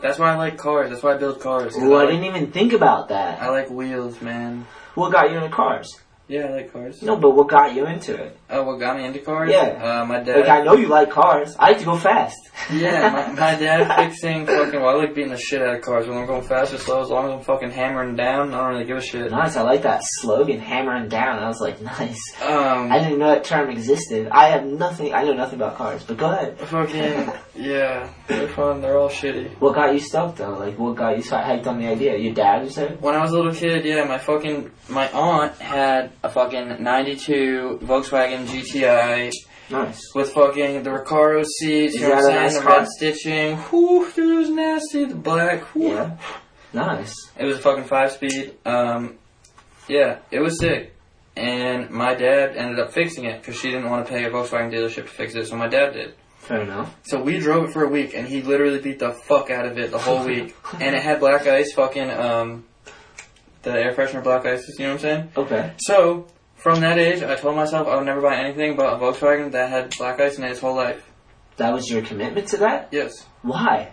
That's why I like cars. That's why I build cars. 'cause Ooh, I I, like, didn't even think about that. I like wheels, man. What got you into cars? Yeah, I like cars. No, but what got you into it? Oh, what got me into cars? Yeah. Uh, my dad. Like I know you like cars. I like to go fast. Yeah, my, my dad fixing fucking. Well, I like beating the shit out of cars. When I'm going fast or slow, as long as I'm fucking hammering down, I don't really give a shit. Nice, I like that slogan, hammering down. I was like, nice. I Um, didn't know that term existed. I have nothing. I know nothing about cars. But go ahead. fucking. Yeah, they're fun. They're all shitty. What got you stoked though? Like what got you so hyped on the idea? Your dad, you said? When I was a little kid, yeah, my fucking my aunt had a fucking '92 Volkswagen GTI Nice. with fucking the Recaro seats. You Is know what that I'm a saying? nice the car? red stitching. Whew, dude, it was nasty. The black. Whew. Yeah. Nice. It was a fucking five speed. Um, yeah, it was sick. And my dad ended up fixing it because she didn't want to pay a Volkswagen dealership to fix it, so my dad did. Fair enough. So we drove it for a week, and he literally beat the fuck out of it the whole week. And it had black ice, fucking um, the air freshener black ice. You know what I'm saying? Okay. So from that age, I told myself I would never buy anything but a Volkswagen that had black ice in it its whole life. That was your commitment to that. Yes, Why?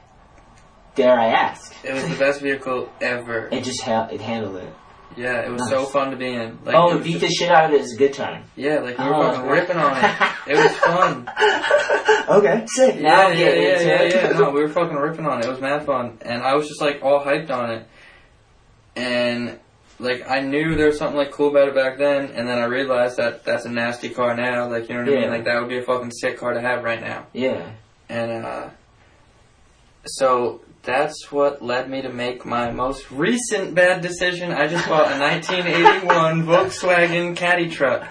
Dare I ask? it was the best vehicle ever. It just ha- it handled it. Yeah, it was so fun to be in. Like, it oh, was beat just- the shit out of it is a good time. Yeah, like we were Oh. fucking ripping on it. It was fun. okay, sick. yeah, Now I'm yeah, getting yeah, into yeah, it. yeah. No, we were fucking ripping on it. It was mad fun, and I was just like all hyped on it. And like I knew there was something like cool about it back then, and then I realized that that's a nasty car now. Like you know what I Yeah. mean? Like that would be a fucking sick car to have right now. yeah. And uh, so that's what led me to make my most recent bad decision. I just bought a 1981 Volkswagen Caddy truck,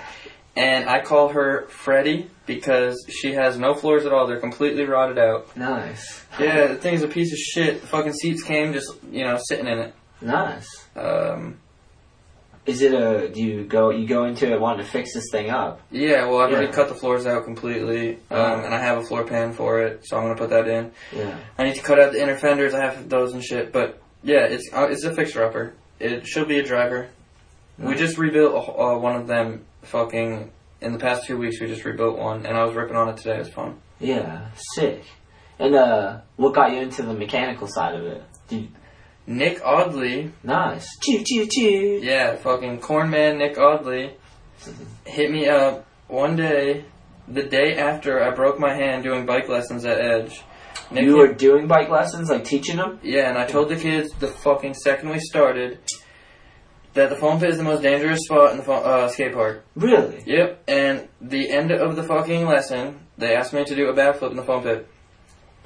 and I call her Freddie because she has no floors at all. They're completely rotted out. Nice. Yeah, the thing's a piece of shit. The fucking seats came just you know sitting in it. Nice. Um, Is it a? Do you go? You go into it wanting to fix this thing up? yeah, well I've already Yeah. cut the floors out completely, um, Uh-huh. and I have a floor pan for it, so I'm gonna put that in. Yeah. I need to cut out the inner fenders. I have those and shit. But yeah, it's uh, it's a fixer upper. It should be a driver. We Mm. just rebuilt a wh- uh, one of them. Fucking in the past two weeks, we just rebuilt one, and I was ripping on it today. It was fun. Yeah. Sick. And uh, what got you into the mechanical side of it? Dude, Nick Audley, nice. Choo choo choo. yeah, fucking corn man Nick Audley, hit me up one day, the day after I broke my hand doing bike lessons at Edge. Nick You hit- were doing bike lessons, like teaching them. Yeah, and I told the kids the fucking second we started that the foam pit is the most dangerous spot in the fo- uh, skate park. Really? Yep, and the end of the fucking lesson, they asked me to do a backflip in the foam pit.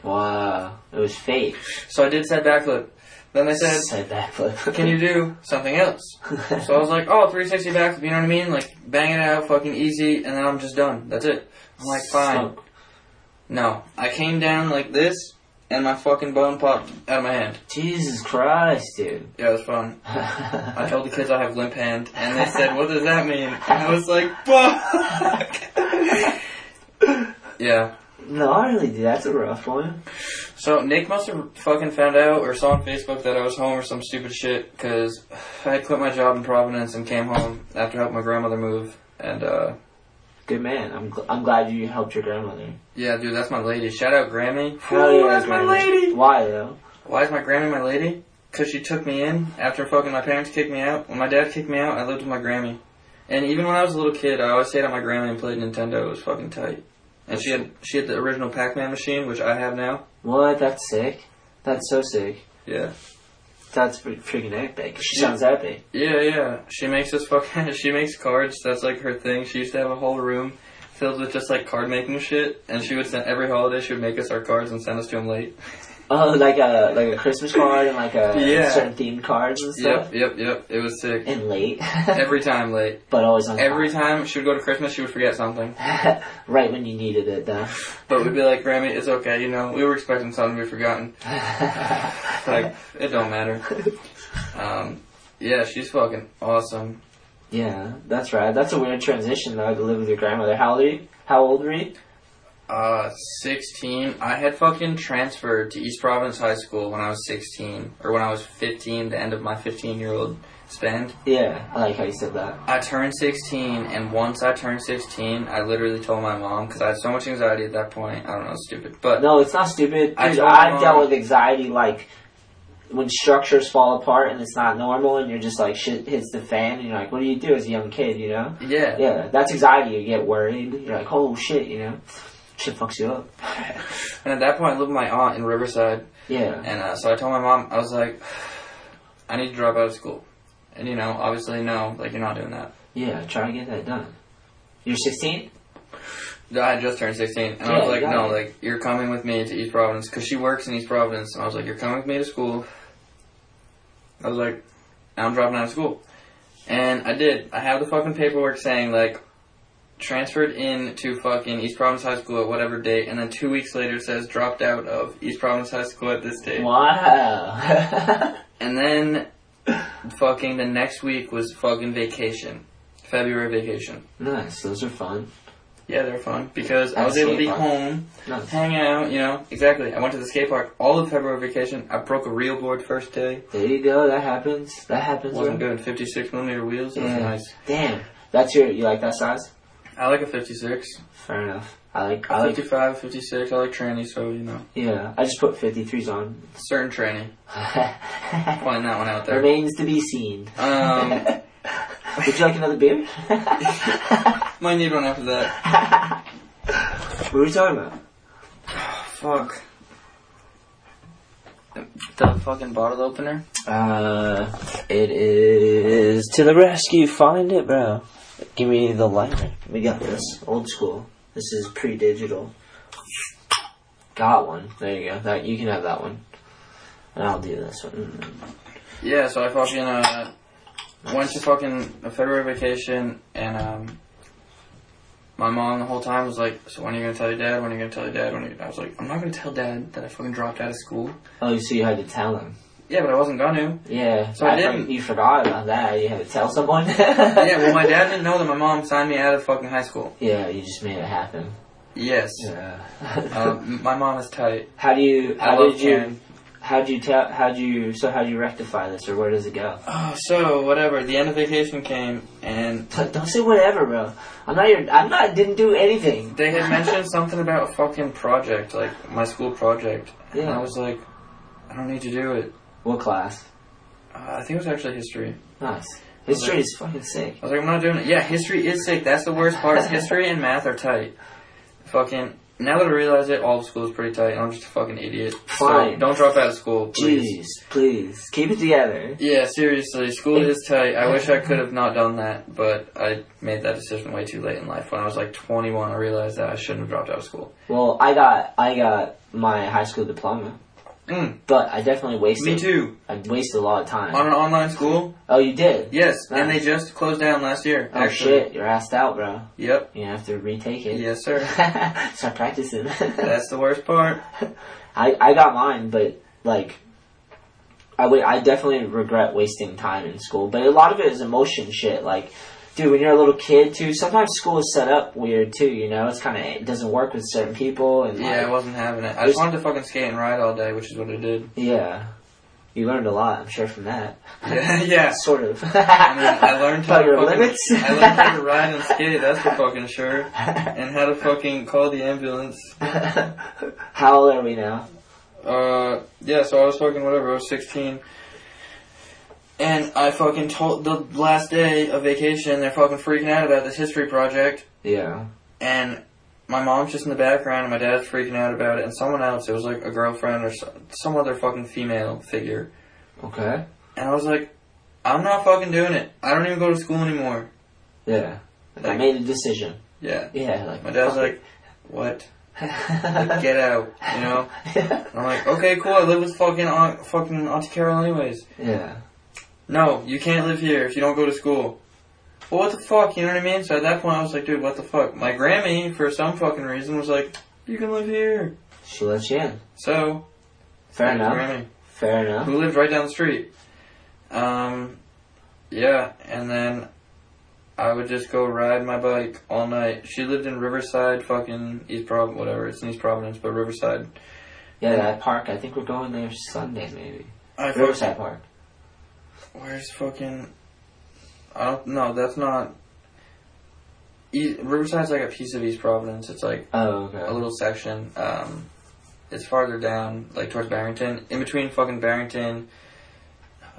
Wow. It was fake. So I did said backflip. Then they said, Said backflip. can you do something else? So I was like, oh, 360 backflip, you know what I mean? Like, bang it out, fucking easy, and then I'm just done. That's it. I'm like, fine. So- No. I came down like this, and my fucking bone popped out of my hand. Jesus Christ, dude. Yeah, it was fun. I told the kids I have limp hand, and they said, what does that mean? And I was like, fuck! yeah. Gnarly, dude. That's a rough one. So Nick must have fucking found out or saw on Facebook that I was home or some stupid shit because I had quit my job in Providence and came home after helping my grandmother move. And uh, Good man. I'm gl- I'm glad you helped your grandmother. yeah, dude, that's my lady. Shout out Grammy. Hell Ooh, yeah, that's my Grammy. lady. Why though? Why is my Grammy my lady? Because she took me in after fucking my parents kicked me out. When my dad kicked me out, I lived with my Grammy. And even when I was a little kid, I always stayed at my Grammy and played Nintendo. It was fucking tight. And she had she had the original Pac-Man machine, which I have now. What? That's sick. That's so sick. Yeah. That's fre- freaking epic. She sounds epic. Yeah, yeah. She makes this fucking. She makes cards. That's like her thing. She used to have a whole room filled with just like card making shit, and she would send every holiday. She would make us our cards and send us to them late. Oh, like a like a Christmas card and like a Yeah. certain themed cards and stuff. Yep, yep, yep. It was sick. And late, Every time late. but always on Every time. time she would go to Christmas, she would forget something. right when you needed it, though. But we'd be like, Grammy, it's okay. You know, we were expecting something to be forgotten. Like it don't matter. Um, yeah, she's fucking awesome. yeah, that's right. That's a weird transition though to live with your grandmother. How old are you? How old were you? uh, 16. I had fucking transferred to East Providence High School when I was 16, or when I was 15, the end of my 15 year old spend. Yeah, I like how you said that. I turned 16, and once I turned 16, I literally told my mom because I had so much anxiety at that point. I don't know, it's stupid, but No, it's not stupid. I Dude, don't I've know. dealt with anxiety like when structures fall apart and it's not normal, and you're just like shit hits the fan, and you're like, what do you do as a young kid, you know? yeah, Yeah, that's anxiety. You get worried. You're like, oh shit, you know, shit fucks you up. And at that point, I lived with my aunt in Riverside, Yeah, and uh, so I told my mom, I was like, I need to drop out of school, and you know, obviously, no, like you're not doing that. yeah. Try to get that done. You're 16. I had just turned 16, and I Yeah, was like, you got no, it. like, you're coming with me to East Providence, because she works in East Providence, and I was like, you're coming with me to school. I was like, I'm dropping out of school. And I did. I have the fucking paperwork saying, like, transferred in to fucking East Providence High School at whatever date, and then two weeks later it says dropped out of East Providence High School at this date. Wow. And then, fucking, the next week was fucking vacation. February vacation. nice. Those are fun. Yeah, they're fun, because I At was able to be skate park. home. Nice. hang out, you know. Exactly. I went to the skate park all of February vacation. I broke a reel board first day. There you go. That happens. That happens. Wasn't bro. good. Mm. 56 millimeter wheels. That's Yeah. nice. Damn. That's your. You like that size? I like a 56. Fair enough. I like. I A like. 55, 56. I like tranny, so, you know. Yeah. I just put 53s on. Certain tranny. Find that one out there. Remains to be seen. Um, Would you like another beer? might need one after that. what were we talking about? Fuck. The fucking bottle opener. Uh, it is to the rescue. Find it, bro. Give me the lighter. We got this. Old school. This is pre-digital. Got one. There you go. That you can have that one. And I'll do this one. Mm. Yeah, so I fucking, uh, went to fucking a February vacation, and, um, my mom the whole time was like, so when are you gonna tell your dad? When are you gonna tell your dad? When are you... I was like, I'm not gonna tell dad that I fucking dropped out of school. Oh, so you had to tell him. Yeah, but I wasn't gonna. Yeah. So I for- didn't. You forgot about that. You had to tell someone. yeah, well, my dad didn't know that my mom signed me out of fucking high school. Yeah, you just made it happen. Yes. Yeah. Um, my mom is tight. how do you? I How love did you? Karen. How do you tell? How do you? So how do you rectify this, or where does it go? Oh, so, whatever. The end of vacation came, and But don't say whatever, bro. I'm not your. I'm not. Didn't do anything. They had mentioned something about a fucking project, like my school project. And I Yeah. was like, I don't need to do it. What class? Uh, I think it was actually history. Nice. History is fucking sick. I was like, I'm not doing it. Yeah, history is sick. That's the worst part. is history and math are tight. Fucking. Now that I realize it, all of school is pretty tight, and I'm just a fucking idiot. So Fine. don't drop out of school, please. Jeez, please keep it together. Yeah, seriously, school is tight. I wish I could have not done that, but I made that decision way too late in life. When I was like 21, I realized that I shouldn't have dropped out of school. Well, I got I got my high school diploma, Mm, but I definitely wasted. me too. I wasted a lot of time. On an online school, oh, you did. Yes, and they Nice. just closed down last year. Oh actually. shit, you're assed out, bro. Yep. You have to retake it. Yes, sir. Start practicing. That's the worst part. I, I got mine, but like, I would I definitely regret wasting time in school. But a lot of it is emotion shit. Like, dude, when you're a little kid too, sometimes school is set up weird too. You know, it's kind of it doesn't work with certain people, and Yeah, I like, wasn't having it. I just There's- wanted to fucking skate and ride all day, which is what I did. yeah, you learned a lot, I'm sure, from that. Yeah, yeah. Sort of. I mean, I learned how About to your fucking, limits. I learned how to ride and skate. That's for fucking sure. And how to fucking call the ambulance. How old are we now? Uh, yeah. So I was fucking whatever. I was sixteen. And I fucking told the last day of vacation, they're fucking freaking out about this history project. Yeah. and my mom's just in the background, and my dad's freaking out about it, and someone else, it was like a girlfriend or so- some other fucking female figure. Okay. And I was like, I'm not fucking doing it. I don't even go to school anymore. Yeah. I Like- made a decision. Yeah. Yeah, like My dad's fuck like, what? it. Like, get out, you know? And I'm like, oh. okay, cool, I live with fucking aunt, fucking Auntie Carol anyways. yeah. No, you can't live here if you don't go to school. Well, what the fuck, you know what I mean? So at that point, I was like, dude, what the fuck? My Grammy, for some fucking reason, was like, you can live here. She lets you in. So, Fair my enough. Grammy. Fair enough. who lived right down the street. Um, yeah, and then I would just go ride my bike all night. She lived in Riverside, fucking East Prov, whatever. It's in East Providence, but Riverside. Yeah, that park. I think we're going there Sunday, maybe. I fuck- Riverside Park. Where's fucking? I don't know. That's not. E- Riverside's like a piece of East Providence. It's like Oh, okay. a little section. Um, it's farther down, like towards Barrington. In between fucking Barrington,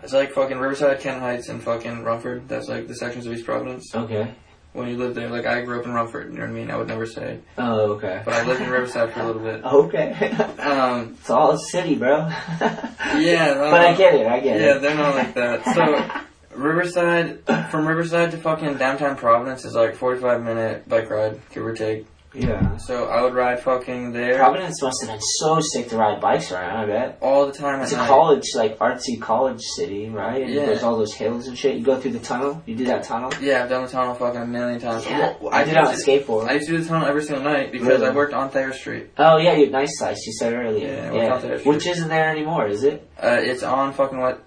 it's like fucking Riverside, Kent Heights, and fucking Rumford. That's like the sections of East Providence. Okay. When you live there, like I grew up in Rumford. You know what I mean? I would never say, Oh, okay. but I lived in Riverside for a little bit. Okay. Um, it's all a city, bro. yeah, uh, But I get it. I get Yeah, it. they're not like that. So Riverside, from Riverside to fucking downtown Providence is like forty-five minute bike ride, give or take. Yeah. So I would ride fucking there Providence must have been so sick to ride bikes around. I bet all the time. it's at a night. college, like artsy college city, right? And Yeah. There's all those hills and shit. You go through the tunnel. You do that tunnel. Yeah, I've done the tunnel fucking a million times. Yeah, Well, I did used on a to- skateboard. I used to do the tunnel every single night because I Really? worked on Thayer Street. oh yeah, you nice slice. You said earlier. Yeah, Yeah, we're not there. which isn't there anymore, is it? Uh, it's on fucking what?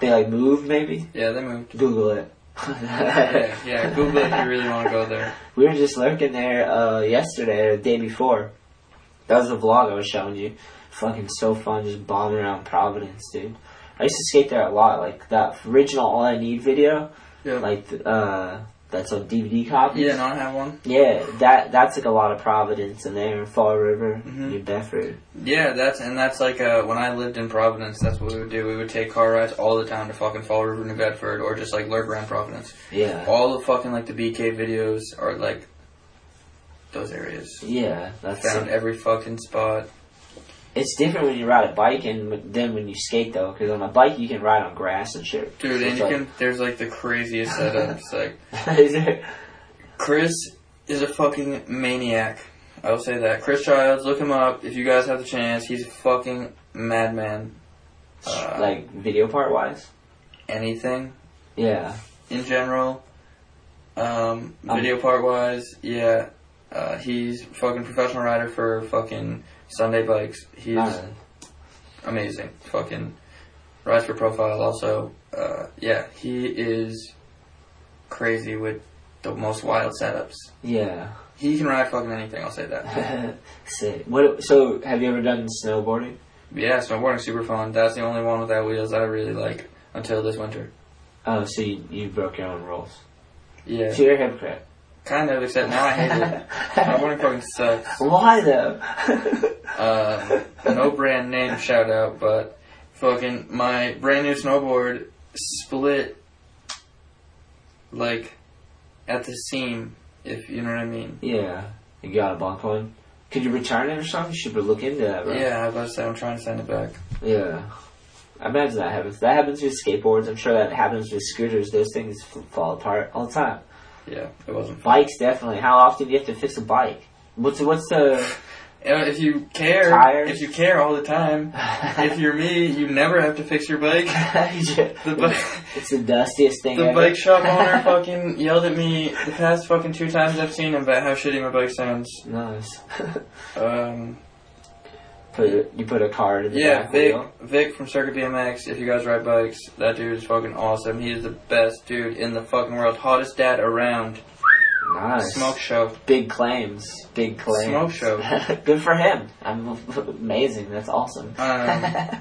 They like moved, maybe. Yeah, they moved. Google it. Yeah, yeah. Google it if you really want to go there. We were just lurking there uh, yesterday or the day before. That was the vlog I was showing you. Fucking so fun, just bombing around Providence, dude. I used to skate there a lot, like that original All I Need video, Yeah. like uh, that's on DVD copies. yeah, no, I have one. Yeah, that that's like a lot of Providence in there, Fall River, Mhm. New Bedford. Yeah, that's and that's like uh, when I lived in Providence, that's what we would do. We would take car rides all the time to fucking Fall River, New Bedford, or just like lurk around Providence. Yeah, All the fucking like the BK videos are like those areas. yeah, that's Found every fucking spot. it's different when you ride a bike and then when you skate though, because on a bike you can ride on grass and shit. Dude, So and it's you like- can there's like the craziest setups. Like Is there- Chris is a fucking maniac. I will say that. Chris Childs, look him up if you guys have the chance. He's a fucking madman. Uh, like video part wise. anything Yeah. in general. Um, Um, video part wise, yeah. Uh, he's fucking professional rider for fucking Sunday bikes. He's Uh, amazing. Fucking rise for profile also. Uh, yeah, he is crazy with the most wild setups. yeah. He can ride fucking anything. I'll say that. Sick. What? So, have you ever done snowboarding? yeah, snowboarding super fun. That's the only one without wheels I really like until this winter. Oh, so you, you broke your own rules. Yeah, So you're a hypocrite. kind of. Except now I hate it. Snowboarding fucking sucks. Why though? Uh, no brand name shout out, but fucking my brand new snowboard split like at the seam, if you know what I mean. yeah. You got a bunk one. Could you return it or something? You should look into that, bro. Yeah, I was about to say I'm trying to send it back. Yeah. I imagine that happens. That happens with skateboards. I'm sure that happens with scooters. Those things f- fall apart all the time. Yeah, it wasn't. Bikes, definitely. How often do you have to fix a bike? What's what's the? Uh, If you care, Tires. if you care all the time, if you're me, you never have to fix your bike. The bike. It's the dustiest thing. The ever. bike shop owner fucking yelled at me the past fucking two times I've seen him about how shitty my bike sounds. Nice. Um, put you put a card in the Yeah, back Vic, wheel. Vic from Circuit BMX. If you guys ride bikes, that dude is fucking awesome. He is the best dude in the fucking world. Hottest dad around. Nice. Smoke show. Big claims. Big claims. Smoke show. Good for him. I'm amazing. That's awesome. Um.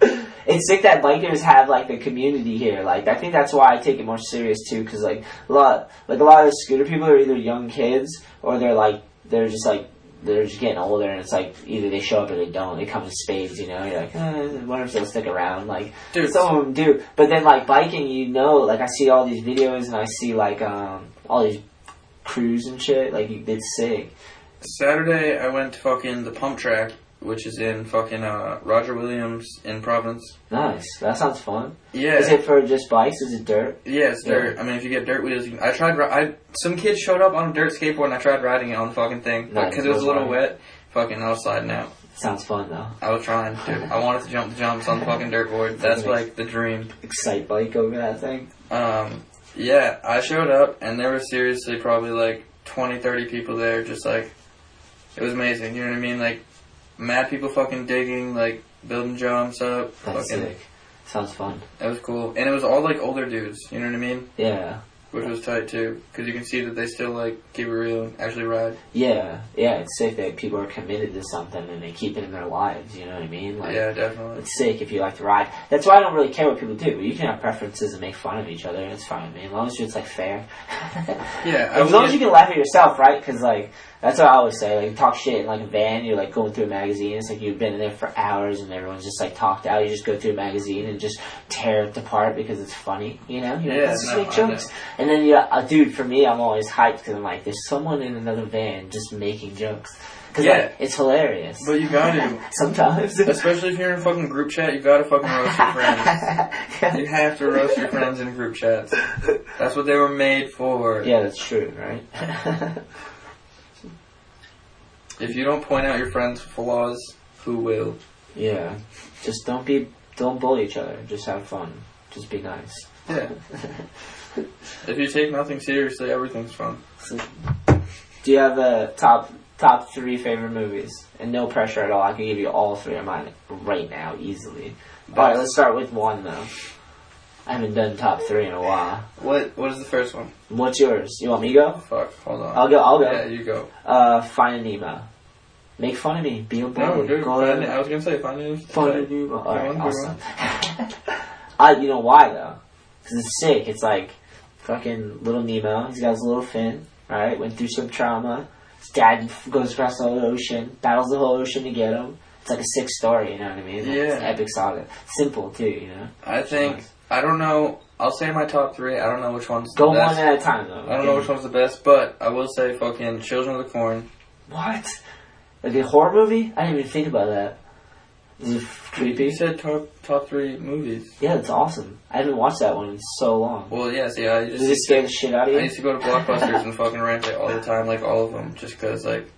it's sick that bikers have like the community here. Like I think that's why I take it more serious too, because like a lot, like a lot of scooter people are either young kids or they're like they're just like. They're just getting older, and it's like either they show up or they don't. They come in spades, you know. You're like, eh, wonder if they'll stick around. Like, Dude, some of them do, but then like biking, you know, like I see all these videos and I see like um all these crews and shit. Like you- it's sick. Saturday I went to fucking the pump track, which is in fucking uh, Roger Williams in Providence. Nice. That sounds fun. Yeah. Is it for just bikes? Is it dirt? Yes, dirt. I mean, if you get dirt wheels, you can, I tried. ri- I some kid showed up on a dirt skateboard and I tried riding it on the fucking thing, but Nice, because it was a that's little right. wet, fucking I was sliding out. Sounds fun though. I was trying. Dude. I wanted to jump the jumps on the fucking dirt board. That's like the dream. Excite bike over that thing. Um, yeah, I showed up and there were seriously probably like 20, 30 people there. Just like, it was amazing. You know what I mean? Like, mad people fucking digging, like building jumps up. That's fucking, sick. Sounds fun. it was cool. And it was all like older dudes. You know what I mean? Yeah. which was tight too, because you can see that they still like keep it real and actually ride. Yeah, yeah, it's sick that people are committed to something and they keep it in their lives. You know what I mean? Like, yeah, definitely. it's sick if you like to ride. That's why I don't really care what people do. You can have preferences and make fun of each other, and it's fine, man. As long as it's like fair. Yeah, I as long as would- you can laugh at yourself, right? Because like that's what I always say. Like you talk shit in like a van, you're like going through a magazine. It's like you've been in there for hours and everyone's just like talked out. You just go through a magazine and just tear it apart because it's funny, you know? You're like, Yeah, let's just no, make I know. jokes. And then yeah, uh, dude, for me, I'm always hyped because I'm like, there's someone in another van just making jokes. Because Yeah. like, it's hilarious. But you gotta, Sometimes. especially if you're in a fucking group chat, you gotta fucking roast your friends. You have to roast your friends in group chats. That's what they were made for. Yeah, that's true, right? If you don't point out your friends' flaws, who will? yeah. Just don't be, don't bully each other. Just have fun. Just be nice. Yeah. if you take nothing seriously, everything's fun. Do you have the top top three favorite movies? And no pressure at all. I can give you all three of mine right now, easily. All right, let's start with one though. I haven't done top three in a while. What What is the first one? What's yours? You want me to go? Fuck, hold on. I'll go. I'll Yeah, go. you go. Uh, Finding Nemo. Make fun of me. Be a bully. No, dude, Go find to- I was gonna say find it. Fun to do. All right, Go on, go awesome. I, you know why though? Because it's sick. It's like fucking little Nemo. He's got his little fin. Right, went through some trauma. His dad f- goes across the whole ocean, battles the whole ocean to get him. It's like a sick story. You know what I mean? Like, It's an Yeah. epic saga. Simple too. You know. I think I don't know. I'll say my top three. I don't know which one's Go the one best. at a time though. I don't know which one's the best, but I will say fucking Children of the Corn. What? Like a horror movie? I didn't even think about that. Is it f- You creepy? said top top three movies. Yeah, it's awesome. I haven't watched that one in so long. Well, yes, yeah. I Does it just scare the shit out of I you? used to go to Blockbusters and fucking rent it all the time, like all of them, just because like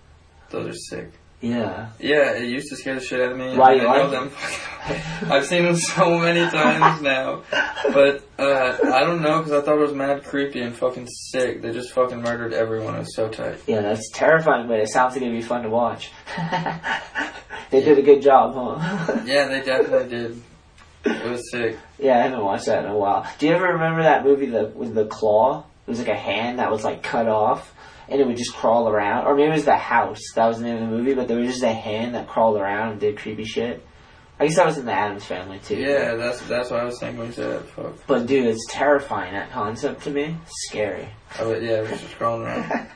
those are sick. Yeah. Yeah, it used to scare the shit out of me. Why and you I know like them. fucking- I've seen them so many times now, but uh, I don't know because I thought it was mad creepy and fucking sick. They just fucking murdered everyone. It was so tight. Yeah, that's terrifying, but it sounds like it'd be fun to watch. they did a good job, huh? Yeah, they definitely did. It was sick. yeah, I haven't watched that in a while. Do you ever remember that movie the, with the claw? It was like a hand that was like cut off, and it would just crawl around. Or maybe it was the house. That was the name of the movie, but there was just a hand that crawled around and did creepy shit. I guess that was in the Adams family too. Yeah, that's that's what I was thinking when you said that. Fuck. But dude, it's terrifying that concept to me. Scary. I was, yeah, I was just scrolling around.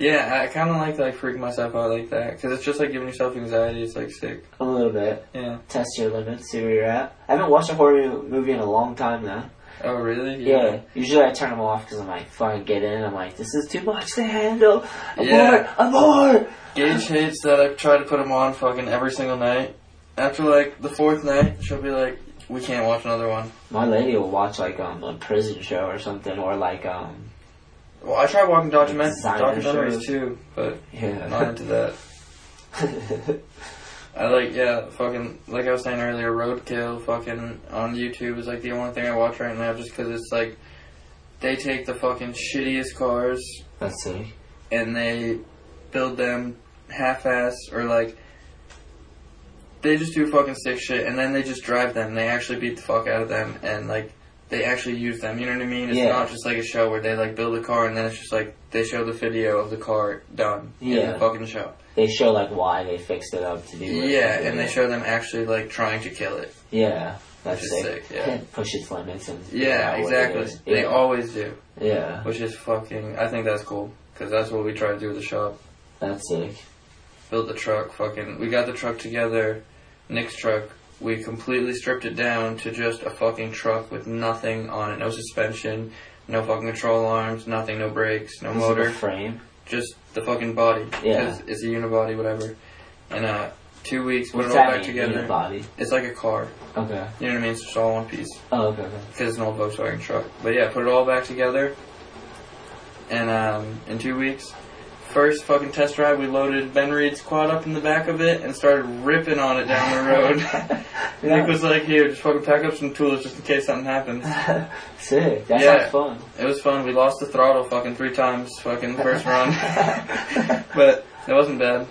Yeah, I kind of like to like freak myself out like that because it's just like giving yourself anxiety. It's like sick. A little bit. Yeah. Test your limits, see where you're at. I haven't watched a horror mo- movie in a long time though. Oh really? Yeah, usually I turn them off because I'm like, fucking get in. I'm like, this is too much to handle. Abort, Yeah. abort. Gage hates that I try to put him on fucking every single night. After like the fourth night, she'll be like, "We can't watch another one." My lady will watch like um a prison show or something, or like um Well, I try watching document- Designer documentaries shows. too, but not yeah. into that. I like yeah, fucking like I was saying earlier, Roadkill fucking on YouTube is like the only thing I watch right now, just because it's like they take the fucking shittiest cars That's sick. and they build them half-ass or like they just do fucking sick shit and then they just drive them. They actually beat the fuck out of them and like they actually use them. You know what I mean? It's Yeah. not just like a show where they like build a car and then it's just like they show the video of the car done in Yeah. the fucking show. They show like why they fixed it up to do. Yeah, what did. and they show them actually like trying to kill it. Yeah, that's Which is sick. sick, yeah. Push its limits and figure Yeah, out what it exactly. is. They yeah. always do, yeah, which is fucking. I think that's cool because that's what we try to do with the shop. that's sick. built the truck. Fucking, we got the truck together. Nick's truck. We completely stripped it down to just a fucking truck with nothing on it. No suspension, no fucking control arms, nothing, no brakes, no This is the motor. frame. Just the fucking body. Yeah. 'Cause It's a unibody, whatever. And uh, two weeks, put What's it all that back mean? together. Unibody? It's like a car. Okay. You know what I mean? It's just all one piece Oh, okay. okay. because it's an old Volkswagen truck. But yeah, put it all back together. And um, in two weeks, first fucking test drive, we loaded Ben Reed's quad up in the back of it and started ripping on it down the road. Nick was like, "Here, just fucking pack up some tools just in case something happens." Sick. That Yeah. sounds fun. It was fun. We lost the throttle fucking three times, fucking the first run, but it wasn't bad.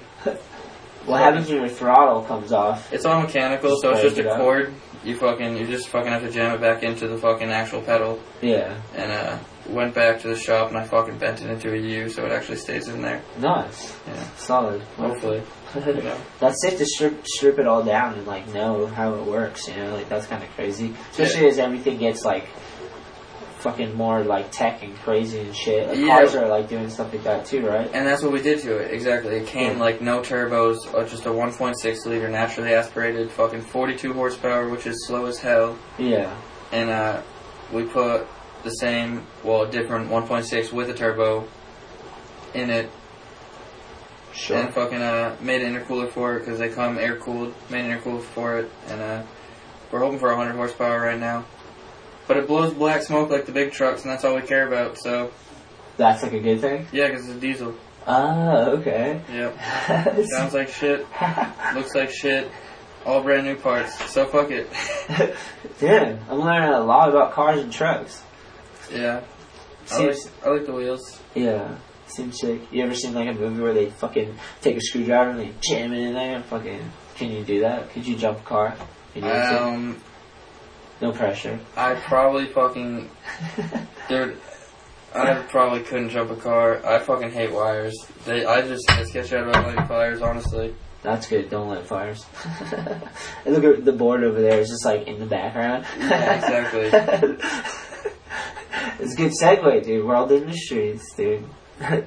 What happens when your throttle comes off? It's all mechanical, so it's Just just a crank it up. cord. You fucking, you just fucking have to jam it back into the fucking actual pedal, Yeah. and uh, went back to the shop and I fucking bent it into a U, so it actually stays in there. Nice. Yeah. Solid. Hopefully. You know. That's sick to strip, strip it all down and like know how it works, you know, like that's kind of crazy. Especially as everything gets like fucking more like tech and crazy and shit. Like Yeah. cars are like doing stuff like that too, right? And that's what we did to it, exactly. It came like no turbos, uh, just a 1.6 liter naturally aspirated, fucking 42 horsepower, which is slow as hell. Yeah. And uh, we put the same, well, a different 1.6 with a turbo in it, and fucking uh, made an intercooler for it because they come air cooled. Made an intercooler for it, and uh, we're hoping for 100 horsepower right now. But it blows black smoke like the big trucks, and that's all we care about. So That's like a good thing. yeah, because it's diesel. Oh, okay. Yep. Sounds like shit. Looks like shit. All brand new parts. So fuck it. Damn, I'm learning a lot about cars and trucks. Oh, yeah. I like, Seems, I like the wheels. yeah, seems sick. You ever seen like a movie where they fucking take a screwdriver and they jam it in there and fucking? Can you do that? Could you jump a car? You need to? Um, No pressure. I probably fucking dude. I probably couldn't jump a car. I fucking hate wires. They, I just I sketch out about like wires, honestly. That's good. Don't light fires. and look at the board over there. It's just like in the background. Yeah, exactly. it's a good segue, dude. World Industries, dude. I'm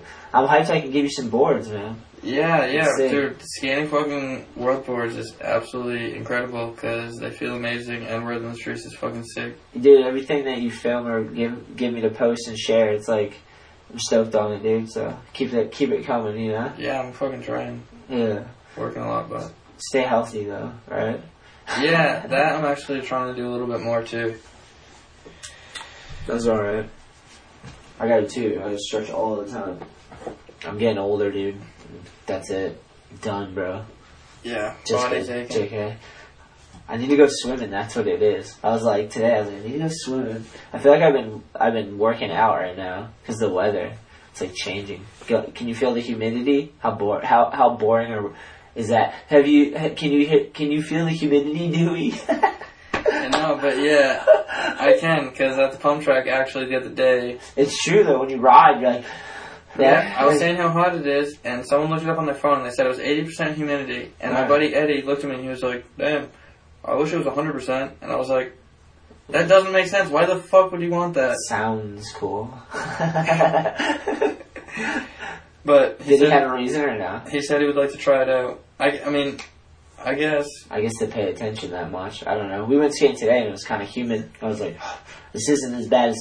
hyped. I can give you some boards, man. Yeah, yeah, Insane. dude. Scanning fucking world boards is absolutely incredible because they feel amazing, and World in the Streets is fucking sick. Dude, everything that you film or give give me to post and share, it's like I'm stoked on it, dude. So keep it keep it coming, you know. Yeah, I'm fucking trying, Yeah. working a lot, but Stay healthy though, right? yeah, that I'm actually trying to do a little bit more too. That's alright. I got it too. I stretch all the time. I'm getting older, dude. That's it. Done, bro. Yeah, Just body's kidding. aching. JK. I need to go swimming. That's what it is. I was like today. I was like, I need to go swimming. I feel like I've been I've been working out right now because the weather. It's like changing. Go- Can you feel the humidity? How bor how how boring or is that? Have you ha- can you hit, can you feel the humidity, Dewey? I know, but yeah, I can because at the pump track actually the other day, it's true though. When you ride, you're like, yeah. I was saying how hot it is, and someone looked it up on their phone and they said it was 80% humidity, and my Right. buddy Eddie looked at me and he was like, "Damn, I wish it was 100%," and I was like. That doesn't make sense. Why the fuck would you want that? sounds cool. But he Did he have said, a reason or not? he said he would like to try it out. I, I mean, I guess. I guess to pay attention that much. I don't know. We went skating today and it was kind of humid. I was like, this isn't as bad as,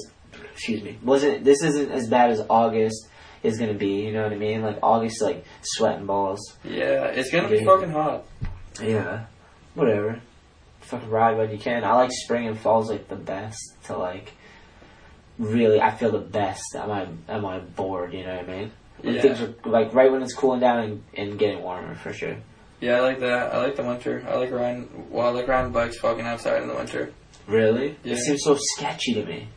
excuse me, wasn't this isn't as bad as August is gonna be. You know what I mean? Like August, is, like sweating balls. Yeah, it's gonna be Yeah. fucking hot. Yeah, whatever. Fucking ride when you can. I like spring and fall's like the best to like. Really, I feel the best. Am I am I bored? You know what I mean? When Yeah. things are like right when it's cooling down and, and getting warmer for sure. Yeah, I like that. I like the winter. I like riding. Well, I like riding bikes fucking outside in the winter. Really? Yeah. It seems so sketchy to me.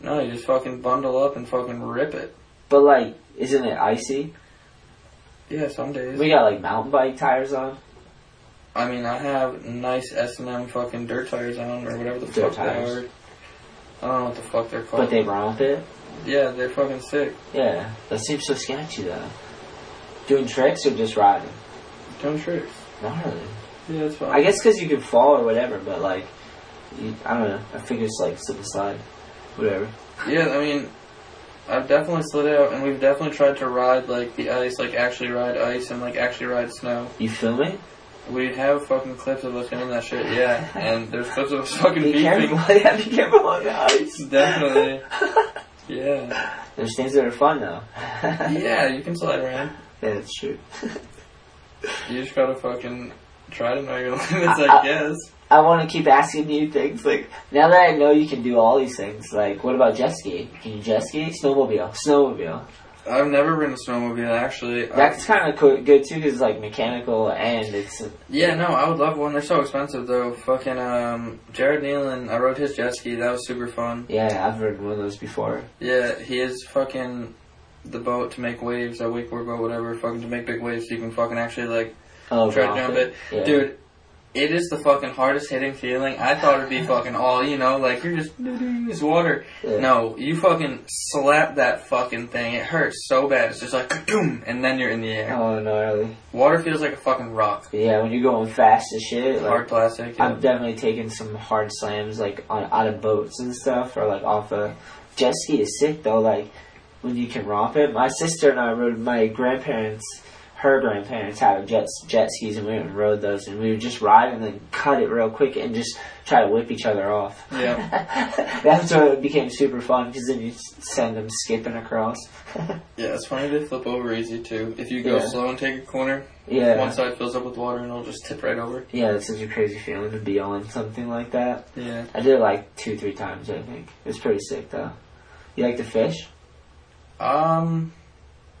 No, you just fucking bundle up and fucking rip it. But like, isn't it icy? Yeah, some days. We got like mountain bike tires on. I mean, I have nice S and M fucking dirt tires on or whatever the Dirt fuck they tires. are. I don't know what the fuck they're called. But they romp it. yeah, they're fucking sick. Yeah, that seems so sketchy though. Doing tricks or just riding? Don't tricks. Not really. Yeah, it's fine. I guess because you can fall or whatever, but like, you, I don't know. I figure it's like slip and slide, whatever. Yeah, I mean, I've definitely slid out, and we've definitely tried to ride like the ice, like actually ride ice and like actually ride snow. You film it? We have fucking clips of us doing that shit, yeah, and there's clips of us fucking Be careful. beeping. yeah, be careful on the ice. Definitely. Yeah. There's things that are fun though. Yeah, you can slide around. Yeah, that's true. You just gotta fucking try to know your limits, I I- guess. I want to keep asking you things. Like now that I know you can do all these things, like what about jet ski? Can you jet ski? Snowmobile, snowmobile. I've never ridden a snowmobile, actually. I- That's kind of co- good too, because it's like mechanical and it's Yeah, no, I would love one. They're so expensive, though. Fucking, um, Jared Nealon, I rode his jet ski. That was super fun. yeah. I've ridden one of those before. Yeah, he is fucking the boat to make waves, a wakeboard boat, whatever, fucking to make big waves so you can fucking actually like Oh, try to rocket. jump it. Yeah. Dude, It is the fucking hardest hitting feeling. I thought it'd be fucking all, you know, like you're just, it's water. Yeah. No, you fucking slap that fucking thing. It hurts so bad. It's just like, boom, and then you're in the air. Oh, gnarly. Water feels like a fucking rock. Yeah, when you're going fast as shit, like, Hard plastic. yeah. I've definitely taken some hard slams like on out of boats and stuff, or like off a jet ski is sick though. Like when you can romp it. My sister and I rode my grandparents. Her grandparents had jet jet skis, and we went and rode those, and we would just ride and then cut it real quick and just try to whip each other off. Yeah. That's where it became super fun because then you s- send them skipping across. Yeah, it's funny they flip over easy too. If you go Yeah. slow and take a corner, yeah, one side fills up with water and it'll just tip right over. yeah, it's such a crazy feeling to be on something like that. Yeah. I did it like two, three times, I think. It was pretty sick, though. You like to fish? Um,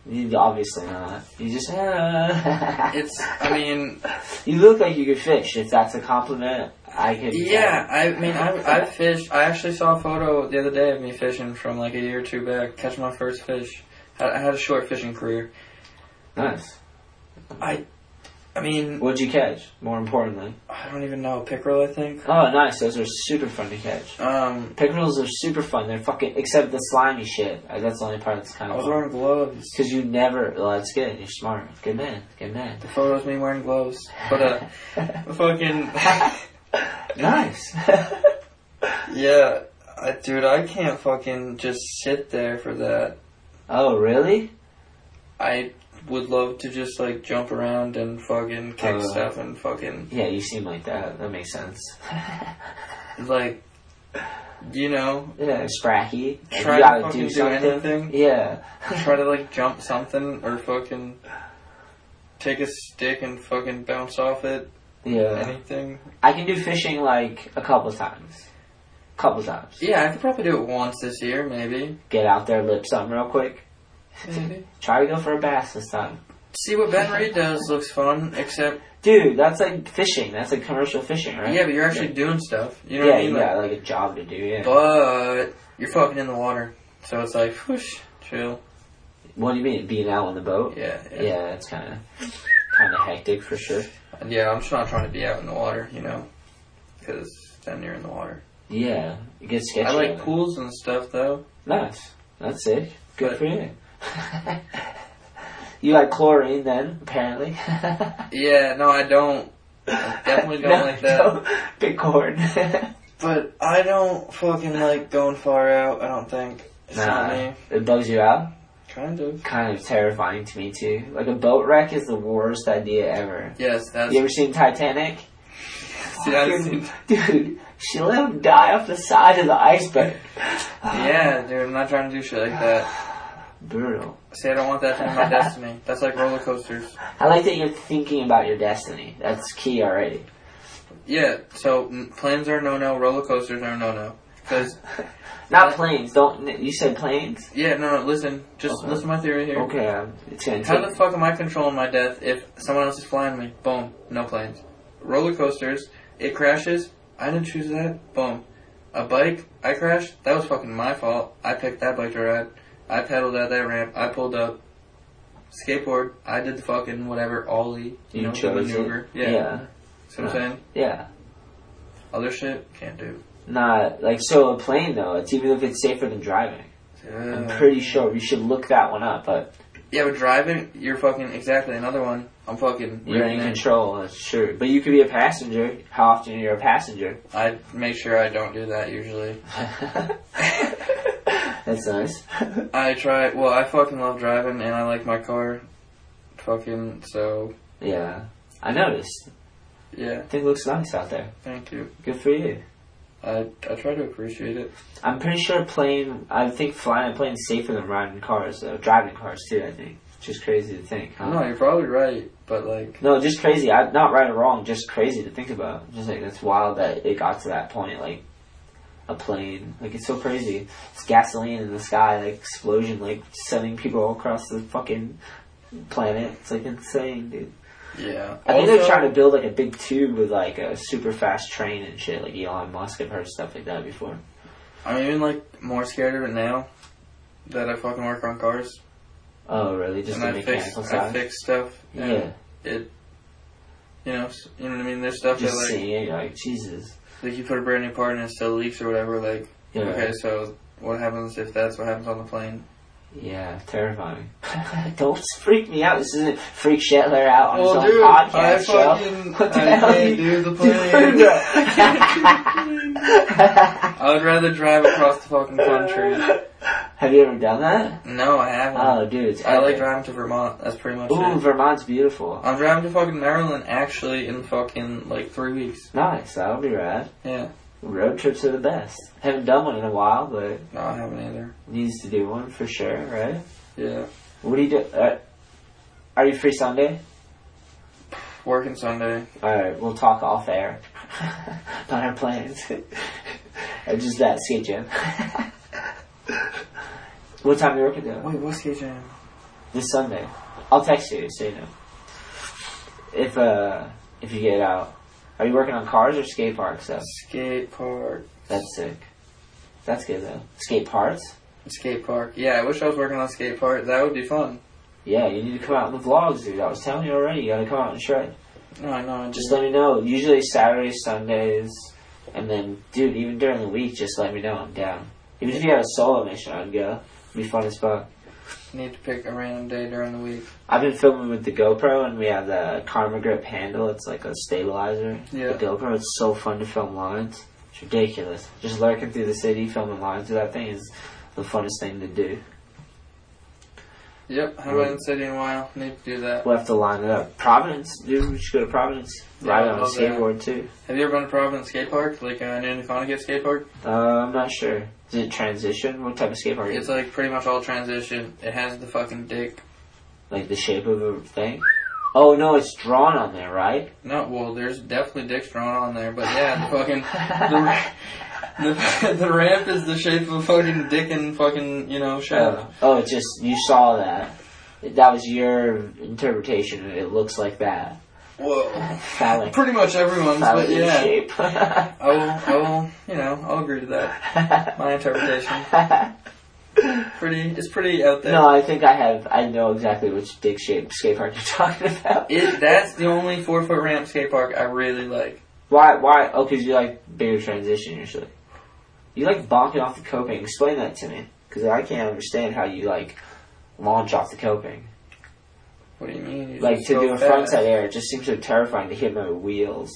You obviously not. You just uh, it's. I mean, you look like you could fish. If that's a compliment, I could. yeah. I mean, I I fished. I actually saw a photo the other day of me fishing from like a year or two back, catching my first fish. I, I had a short fishing career. nice. I mean, What'd you catch? More importantly. I don't even know pickerel. I think. Oh, nice. Those are super fun to catch. Um, Pickerels are super fun. They're fucking except the slimy shit. Uh, That's the only part that's kind I of. was wearing gloves. Because you never. Well, that's good. You're smart. Good man. Good man. The photos me wearing gloves, but uh, fucking Nice. yeah, I, dude, I can't fucking just sit there for that. oh, really? I would love to just like jump around and fucking kick Uh. stuff and fucking Yeah, you seem like that. That makes sense. like you know Yeah, spracky. Like, try to you gotta fucking do do, something. anything. Yeah. try to like jump something or fucking take a stick and fucking bounce off it. Yeah. Anything. I can do fishing like a couple times. Couple times. Yeah, I could probably do it once this year, maybe. Get out there, lip something real quick. Maybe. Try to go for a bass this time. See what Ben Reed does looks fun, except Dude, that's like fishing. That's like commercial fishing, right? yeah, but you're actually doing stuff. You know yeah, what I mean? you Like, got like a job to do, yeah. but you're fucking in the water, so it's like whoosh, chill. what do you mean, being out on the boat? Yeah, yeah. Yeah, it's kind of kind of hectic for sure. Yeah, I'm just not trying to be out in the water, you know, because then you're in the water. Yeah, it gets sketchy. I on like it. pools and stuff, though. Nice. That's it. Good for you. you like chlorine then, apparently. Yeah, no, I don't. I definitely don't No, like that. don't. Big corn. But I don't fucking like going far out. I don't think it's not nah, me. it bugs you out. Kind of. Kind of terrifying to me too. Like a boat wreck is the worst idea ever. Yes, that's. You ever seen Titanic? see, I've seen- Dude, she let him die off the side of the iceberg. yeah, dude, I'm not trying to do shit like that. Brutal. See, I don't want that to be my destiny. That's like roller coasters. I like that you're thinking about your destiny. That's key already. Yeah, so mm, planes are no no, roller coasters are no no. Because, Not planes. Don't you said planes? yeah, no, no, listen. Just Okay. listen to my theory here. Okay, um, it's gonna How take the fuck am I controlling my death if someone else is flying me? Boom, no planes. Roller coasters, it crashes. I didn't choose that. Boom. A bike, I crashed. That was fucking my fault. I picked that bike to ride. I pedaled out that ramp. I pulled up. Skateboard, I did the fucking whatever ollie. You, You know, the chose it. maneuver. Yeah. yeah. See what I'm saying? yeah. Other shit, can't do. Not like so a plane though. It's even if it's safer than driving. I'm Uh, pretty sure you should look that one up. But yeah, but driving, you're fucking exactly another one. I'm fucking. you're in ripping it. control. That's sure. But you could be a passenger. How often you're a passenger? I make sure I don't do that usually. That's nice. I try. Well, I fucking love driving, and I like my car. Fucking so. yeah, I noticed. Yeah, I think it looks nice out there. thank you. Good for you. I I try to appreciate it. I'm pretty sure plane. I think flying a plane is safer than riding cars though. Driving cars too. I think. Just crazy to think. Huh? No, you're probably right, but like, No, just crazy. I, not right or wrong, just crazy to think about. Just like that's wild that it got to that point. Like a plane, like it's so crazy. It's gasoline in the sky, like explosion, like sending people all across the fucking planet. It's like insane, dude. yeah. I think they're Also, trying to build like a big tube with like a super fast train and shit. Like Elon Musk, I've heard stuff like that before. I'm even like more scared of it now that I fucking work on cars Oh, really? Just and the I fix mechanical I side. fix stuff. and yeah. It You know, s- you know what I mean. There's stuff Just that like seeing it, like Jesus. like you put a brand new part in it still leaks or whatever. Like Yeah. okay, so what happens if that's what happens on the plane? Yeah, terrifying. Don't freak me out. This isn't freak Shetler out on his own Oh, I podcast show. fucking What the I hell? can't you- do the plane. I would rather drive across the fucking country. Have you ever done that? No, I haven't. Oh, dude, it's I like epic. driving to Vermont. That's pretty much Ooh, it. Vermont's beautiful. I'm driving to fucking Maryland actually in fucking like three weeks. Nice, that'll be rad. Yeah. Road trips are the best. Haven't done one in a while, but No, I haven't either. needs to do one for sure, right? Yeah. What do you do? Uh, are you free Sunday? Working Sunday. Alright, we'll talk off air. About our plans. Or just that skate jam. what time are you working though? Wait, what's skate jam? This Sunday. I'll text you so you know. If uh if you get out. Are you working on cars or skate parks though? Skate park. That's sick. That's good though. Skate parts? Skate park. Yeah, I wish I was working on skate park. That would be fun. Yeah, you need to come out in the vlogs, dude. I was telling you already, you gotta come out and shred. No, I know. I Just just let me know. Usually Saturdays, Sundays, and then, dude, even during the week, just let me know. I'm down. Even if you had a solo mission, I'd go. It'd be fun as fuck. need to pick a random day during the week. I've been filming with the GoPro, and we have the Karma Grip handle. It's like a stabilizer. Yeah. The GoPro, it's so fun to film lines. It's ridiculous. Just lurking through the city, filming lines with that thing is the funnest thing to do. Yep, haven't been in the city in a while. Need to do that. We'll have to line it up. Providence, dude. We should go to Providence. Yeah, Ride I on a love that. skateboard, too. Have you ever been to Providence Skate Park? Like uh, near New Connecticut Skate Park? Uh, I'm not sure. Is it transition? What type of skateboard? is It's it? like pretty much all transition. It has the fucking dick. Like the shape of a thing? Oh no, it's drawn on there, right? No, well, there's definitely dicks drawn on there, but yeah, the fucking the, ra- the, the ramp is the shape of a fucking dick and fucking you know shaft. Oh, oh, it just you saw that. That was your interpretation. and It looks like that Whoa! phallic, Pretty much everyone's, phallic but in yeah, shape. I will, I will, you know, I'll agree to that. My interpretation, pretty, it's pretty out there. no, I think I have. I know exactly which dick shape skate park you're talking about. It, that's the only four foot ramp skate park I really like. Why? Why? Oh, because you like bigger transition usually. You like bonking off the coping. Explain that to me, because I can't understand how you like launch off the coping. What do you mean? You Like just to go do a front fast. side air, it just seems so terrifying to hit my wheels.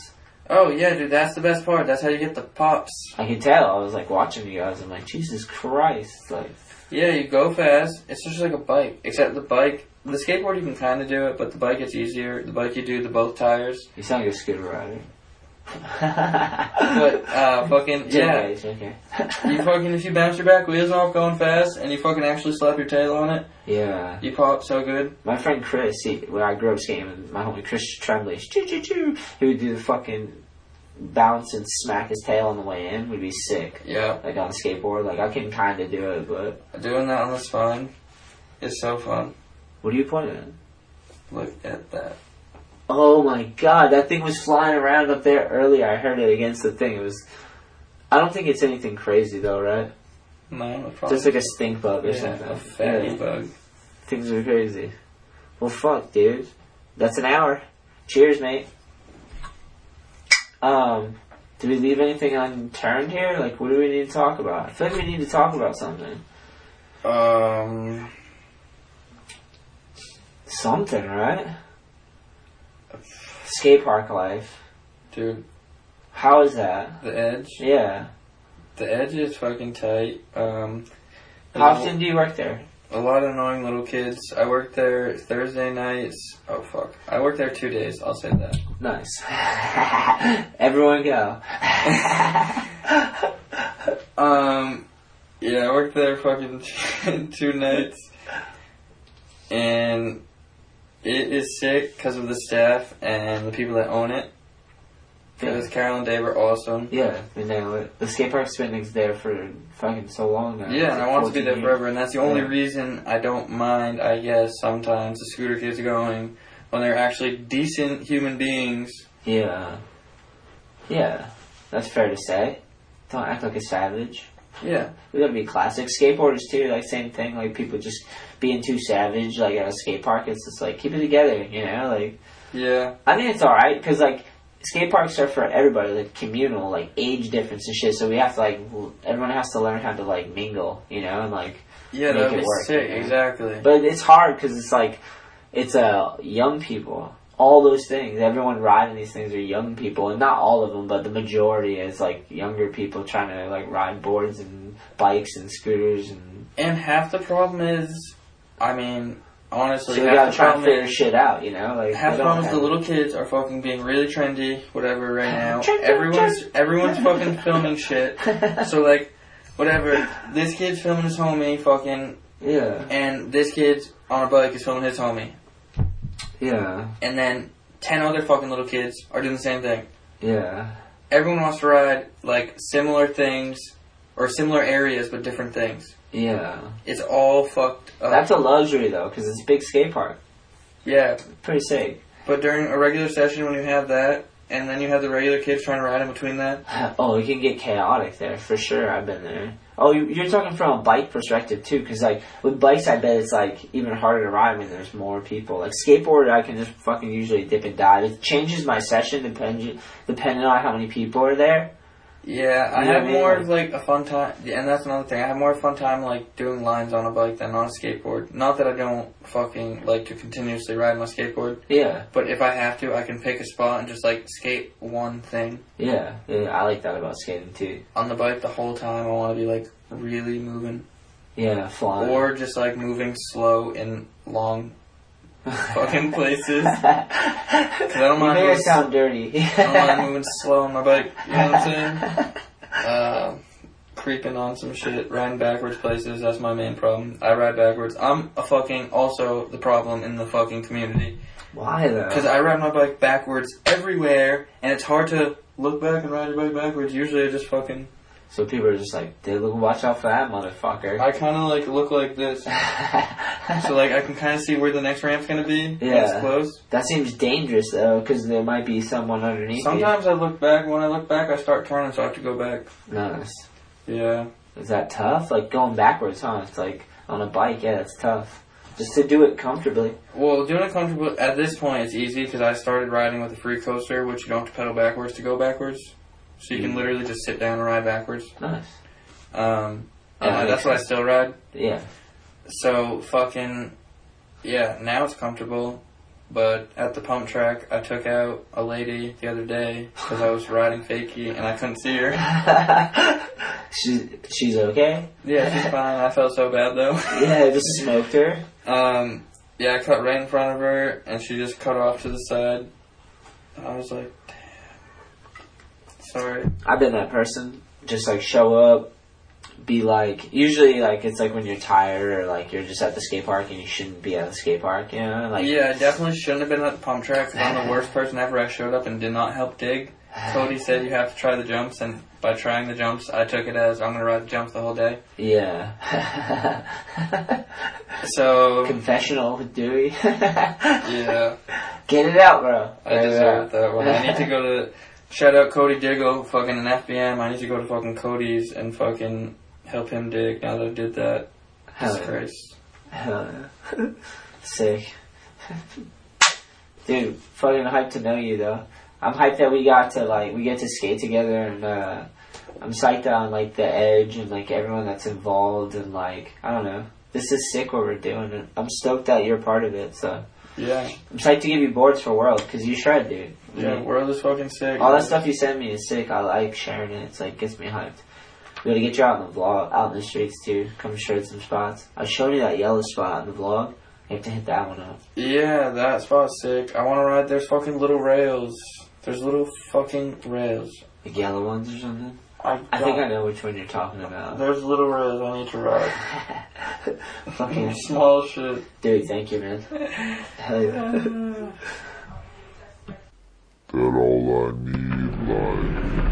Oh yeah, dude, that's the best part. That's how you get the pops. I could tell. I was like watching you guys. I'm like, Jesus Christ! Like, Yeah, you go fast. It's just like a bike, except the bike, the skateboard you can kind of do it, but the bike it's easier. The bike you do the both tires, you sound like a scooter rider. but uh, fucking yeah, Anyways, okay. you fucking if you bounce your back wheels off going fast and you fucking actually slap your tail on it, yeah. you pop so good. My friend Chris, he, when I grew up skating, with my homie Chris Tremblay, choo choo choo, he would do the fucking bounce and smack his tail on the way in. Would be sick. Yeah, Like on a skateboard. Like I can kind of do it, but doing that on the spine is so fun. what are you pointing at? Look at that. Oh my god, that thing was flying around up there earlier. I heard it against the thing. It was. I don't think it's anything crazy though, right? Mine would probably Just like a stink bug or yeah, a something. fatty Yeah, bug. Things are crazy. Well, fuck, dude. That's an hour. Cheers, mate. Um, do we leave anything unturned here? Like, what do we need to talk about? I feel like we need to talk about something. Um, Something, right? Skate park life. dude, How is that? the edge, Yeah. the edge is fucking tight. Um, How often do you work there? a lot of annoying little kids. I worked there Thursday nights. Oh fuck, I worked there two days. I'll say that. Nice. Everyone go. Um, yeah, I worked there fucking two nights, and it is sick because of the staff and the people that own it. Because Carol and Dave are awesome. yeah, they nail it. The skate park's been ex- there for fucking so long now. Yeah, and I want to be there 14 years. forever, and that's the only Yeah. reason I don't mind. I guess sometimes the scooter kids going when they're actually decent human beings. Yeah. Yeah, that's fair to say. Don't act like a savage. Yeah, We gotta be classic. Skateboarders too, like same thing. Like people just being too savage, like at a skate park. It's just like keep it together, you know. Like Yeah. I think it's all right because like skate parks are for everybody, like communal, like age difference and shit. So we have to like l- everyone has to learn how to like mingle, you know, and like Yeah, make that'd it be work. sick. you know? Exactly. But it's hard because it's like it's uh, young people. All those things, everyone riding these things are young people, and not all of them, but the majority is like younger people trying to like ride boards and bikes and scooters, and And half the problem is, I mean, honestly, so we half gotta the try and problem figure is shit out, you know. Like half they the don't problem is have- the little kids are fucking being really trendy, whatever. Right now, Trend, trend, everyone's trend. everyone's fucking filming shit. So like, whatever. This kid's filming his homie, fucking, yeah, and this kid's on a bike is filming his homie, yeah, and then ten other fucking little kids are doing the same thing. yeah, Everyone wants to ride like similar things or similar areas but different things. yeah. It's all fucked up. That's a luxury though, because it's a big skate park. yeah. Pretty sick. But during a regular session, when you have that, and then you have the regular kids trying to ride in between that, Oh, it can get chaotic there for sure. I've been there. Oh, you- you're talking from a bike perspective too, because like with bikes, I bet it's like even harder to ride when there's more people. Like skateboard, I can just fucking usually dip and dive. It changes my session depending depending on how many people are there. yeah, I Yeah, have man. more of like a fun time. yeah, And that's another thing. I have more fun time like doing lines on a bike than on a skateboard. Not that I don't fucking like to continuously ride my skateboard, Yeah, but if I have to, I can pick a spot and just like skate one thing yeah, yeah. I like that about skating too. on the bike the whole time. I want to be like really moving, Yeah, flying. or just like moving slow in long fucking places. Cause I don't you mind make moving it sound dirty. I don't mind moving slow on my bike. You know what I'm saying? Uh, creeping on some shit, riding backwards places. That's my main problem. I ride backwards. I'm a fucking also the problem in the fucking community Why because though? I ride my bike backwards everywhere, and it's hard to look back and ride your bike backwards. Usually, I just fucking. So people are just like, dude, look, watch out for that motherfucker. I kind of like look like this, so like I can kind of see where the next ramp's gonna be. when it's Yeah. close. that seems dangerous though, because there might be someone underneath Sometimes I look back. When I look back, I start turning, so I have to go back. you. Nice. Yeah. Is that tough? Like going backwards, huh? It's like on a bike, yeah, it's tough. Just to do it comfortably. Well, doing it comfortable at this point it's easy because I started riding with a free coaster, which you don't have to pedal backwards to go backwards, so you can literally just sit down and ride backwards. Nice. Um, Oh, and that that's makes what I sense. still ride. Yeah. So fucking yeah, now it's comfortable. But at the pump track, I took out a lady the other day because I was riding fakie and I couldn't see her. she's she's okay. Yeah, she's fine. I felt so bad though. Yeah, I just smoked her. Um, yeah, I cut right in front of her, and she just cut off to the side. And I was like, damn. Sorry. I've been that person. Just like show up, be like. Usually, like it's like when you're tired or like you're just at the skate park and you shouldn't be at the skate park. You know, like Uh, yeah, I definitely shouldn't have been at the pump track 'cause I'm the worst person ever. I showed up and did not help dig. Cody said you have to try the jumps, and by trying the jumps, I took it as I'm gonna ride the jumps the whole day. yeah. So, Confessional with Dewey. yeah, Get it out, bro. I deserve that one. I need to go to. Shout out Cody Diggle, fucking an FBM. I need to go to fucking Cody's and fucking help him dig now that I did that. Hell Jesus yeah. Christ. Hell yeah. Sick. Dude, fucking hyped to know you though. I'm hyped that we got to like we get to skate together and uh I'm psyched on like the edge and like everyone that's involved and like I don't know. This is sick what we're doing. and I'm stoked that you're part of it. So Yeah. I'm psyched to give you boards for World because you shred, dude. Yeah, world is fucking sick. All that stuff you send me is sick. I like sharing it. It's like gets me hyped. We gotta get you out in the vlog, out in the streets too. Come shred some spots. I showed you that yellow spot on the vlog. You have to hit that one up. Yeah, that spot's sick. I want to ride. There's fucking little rails. There's little fucking rails. The yellow ones or something. I, I think I don't- know which one you're talking about. There's little rails I need to ride. Fucking Small shit. dude, thank you, man. Hell yeah. That all I need life.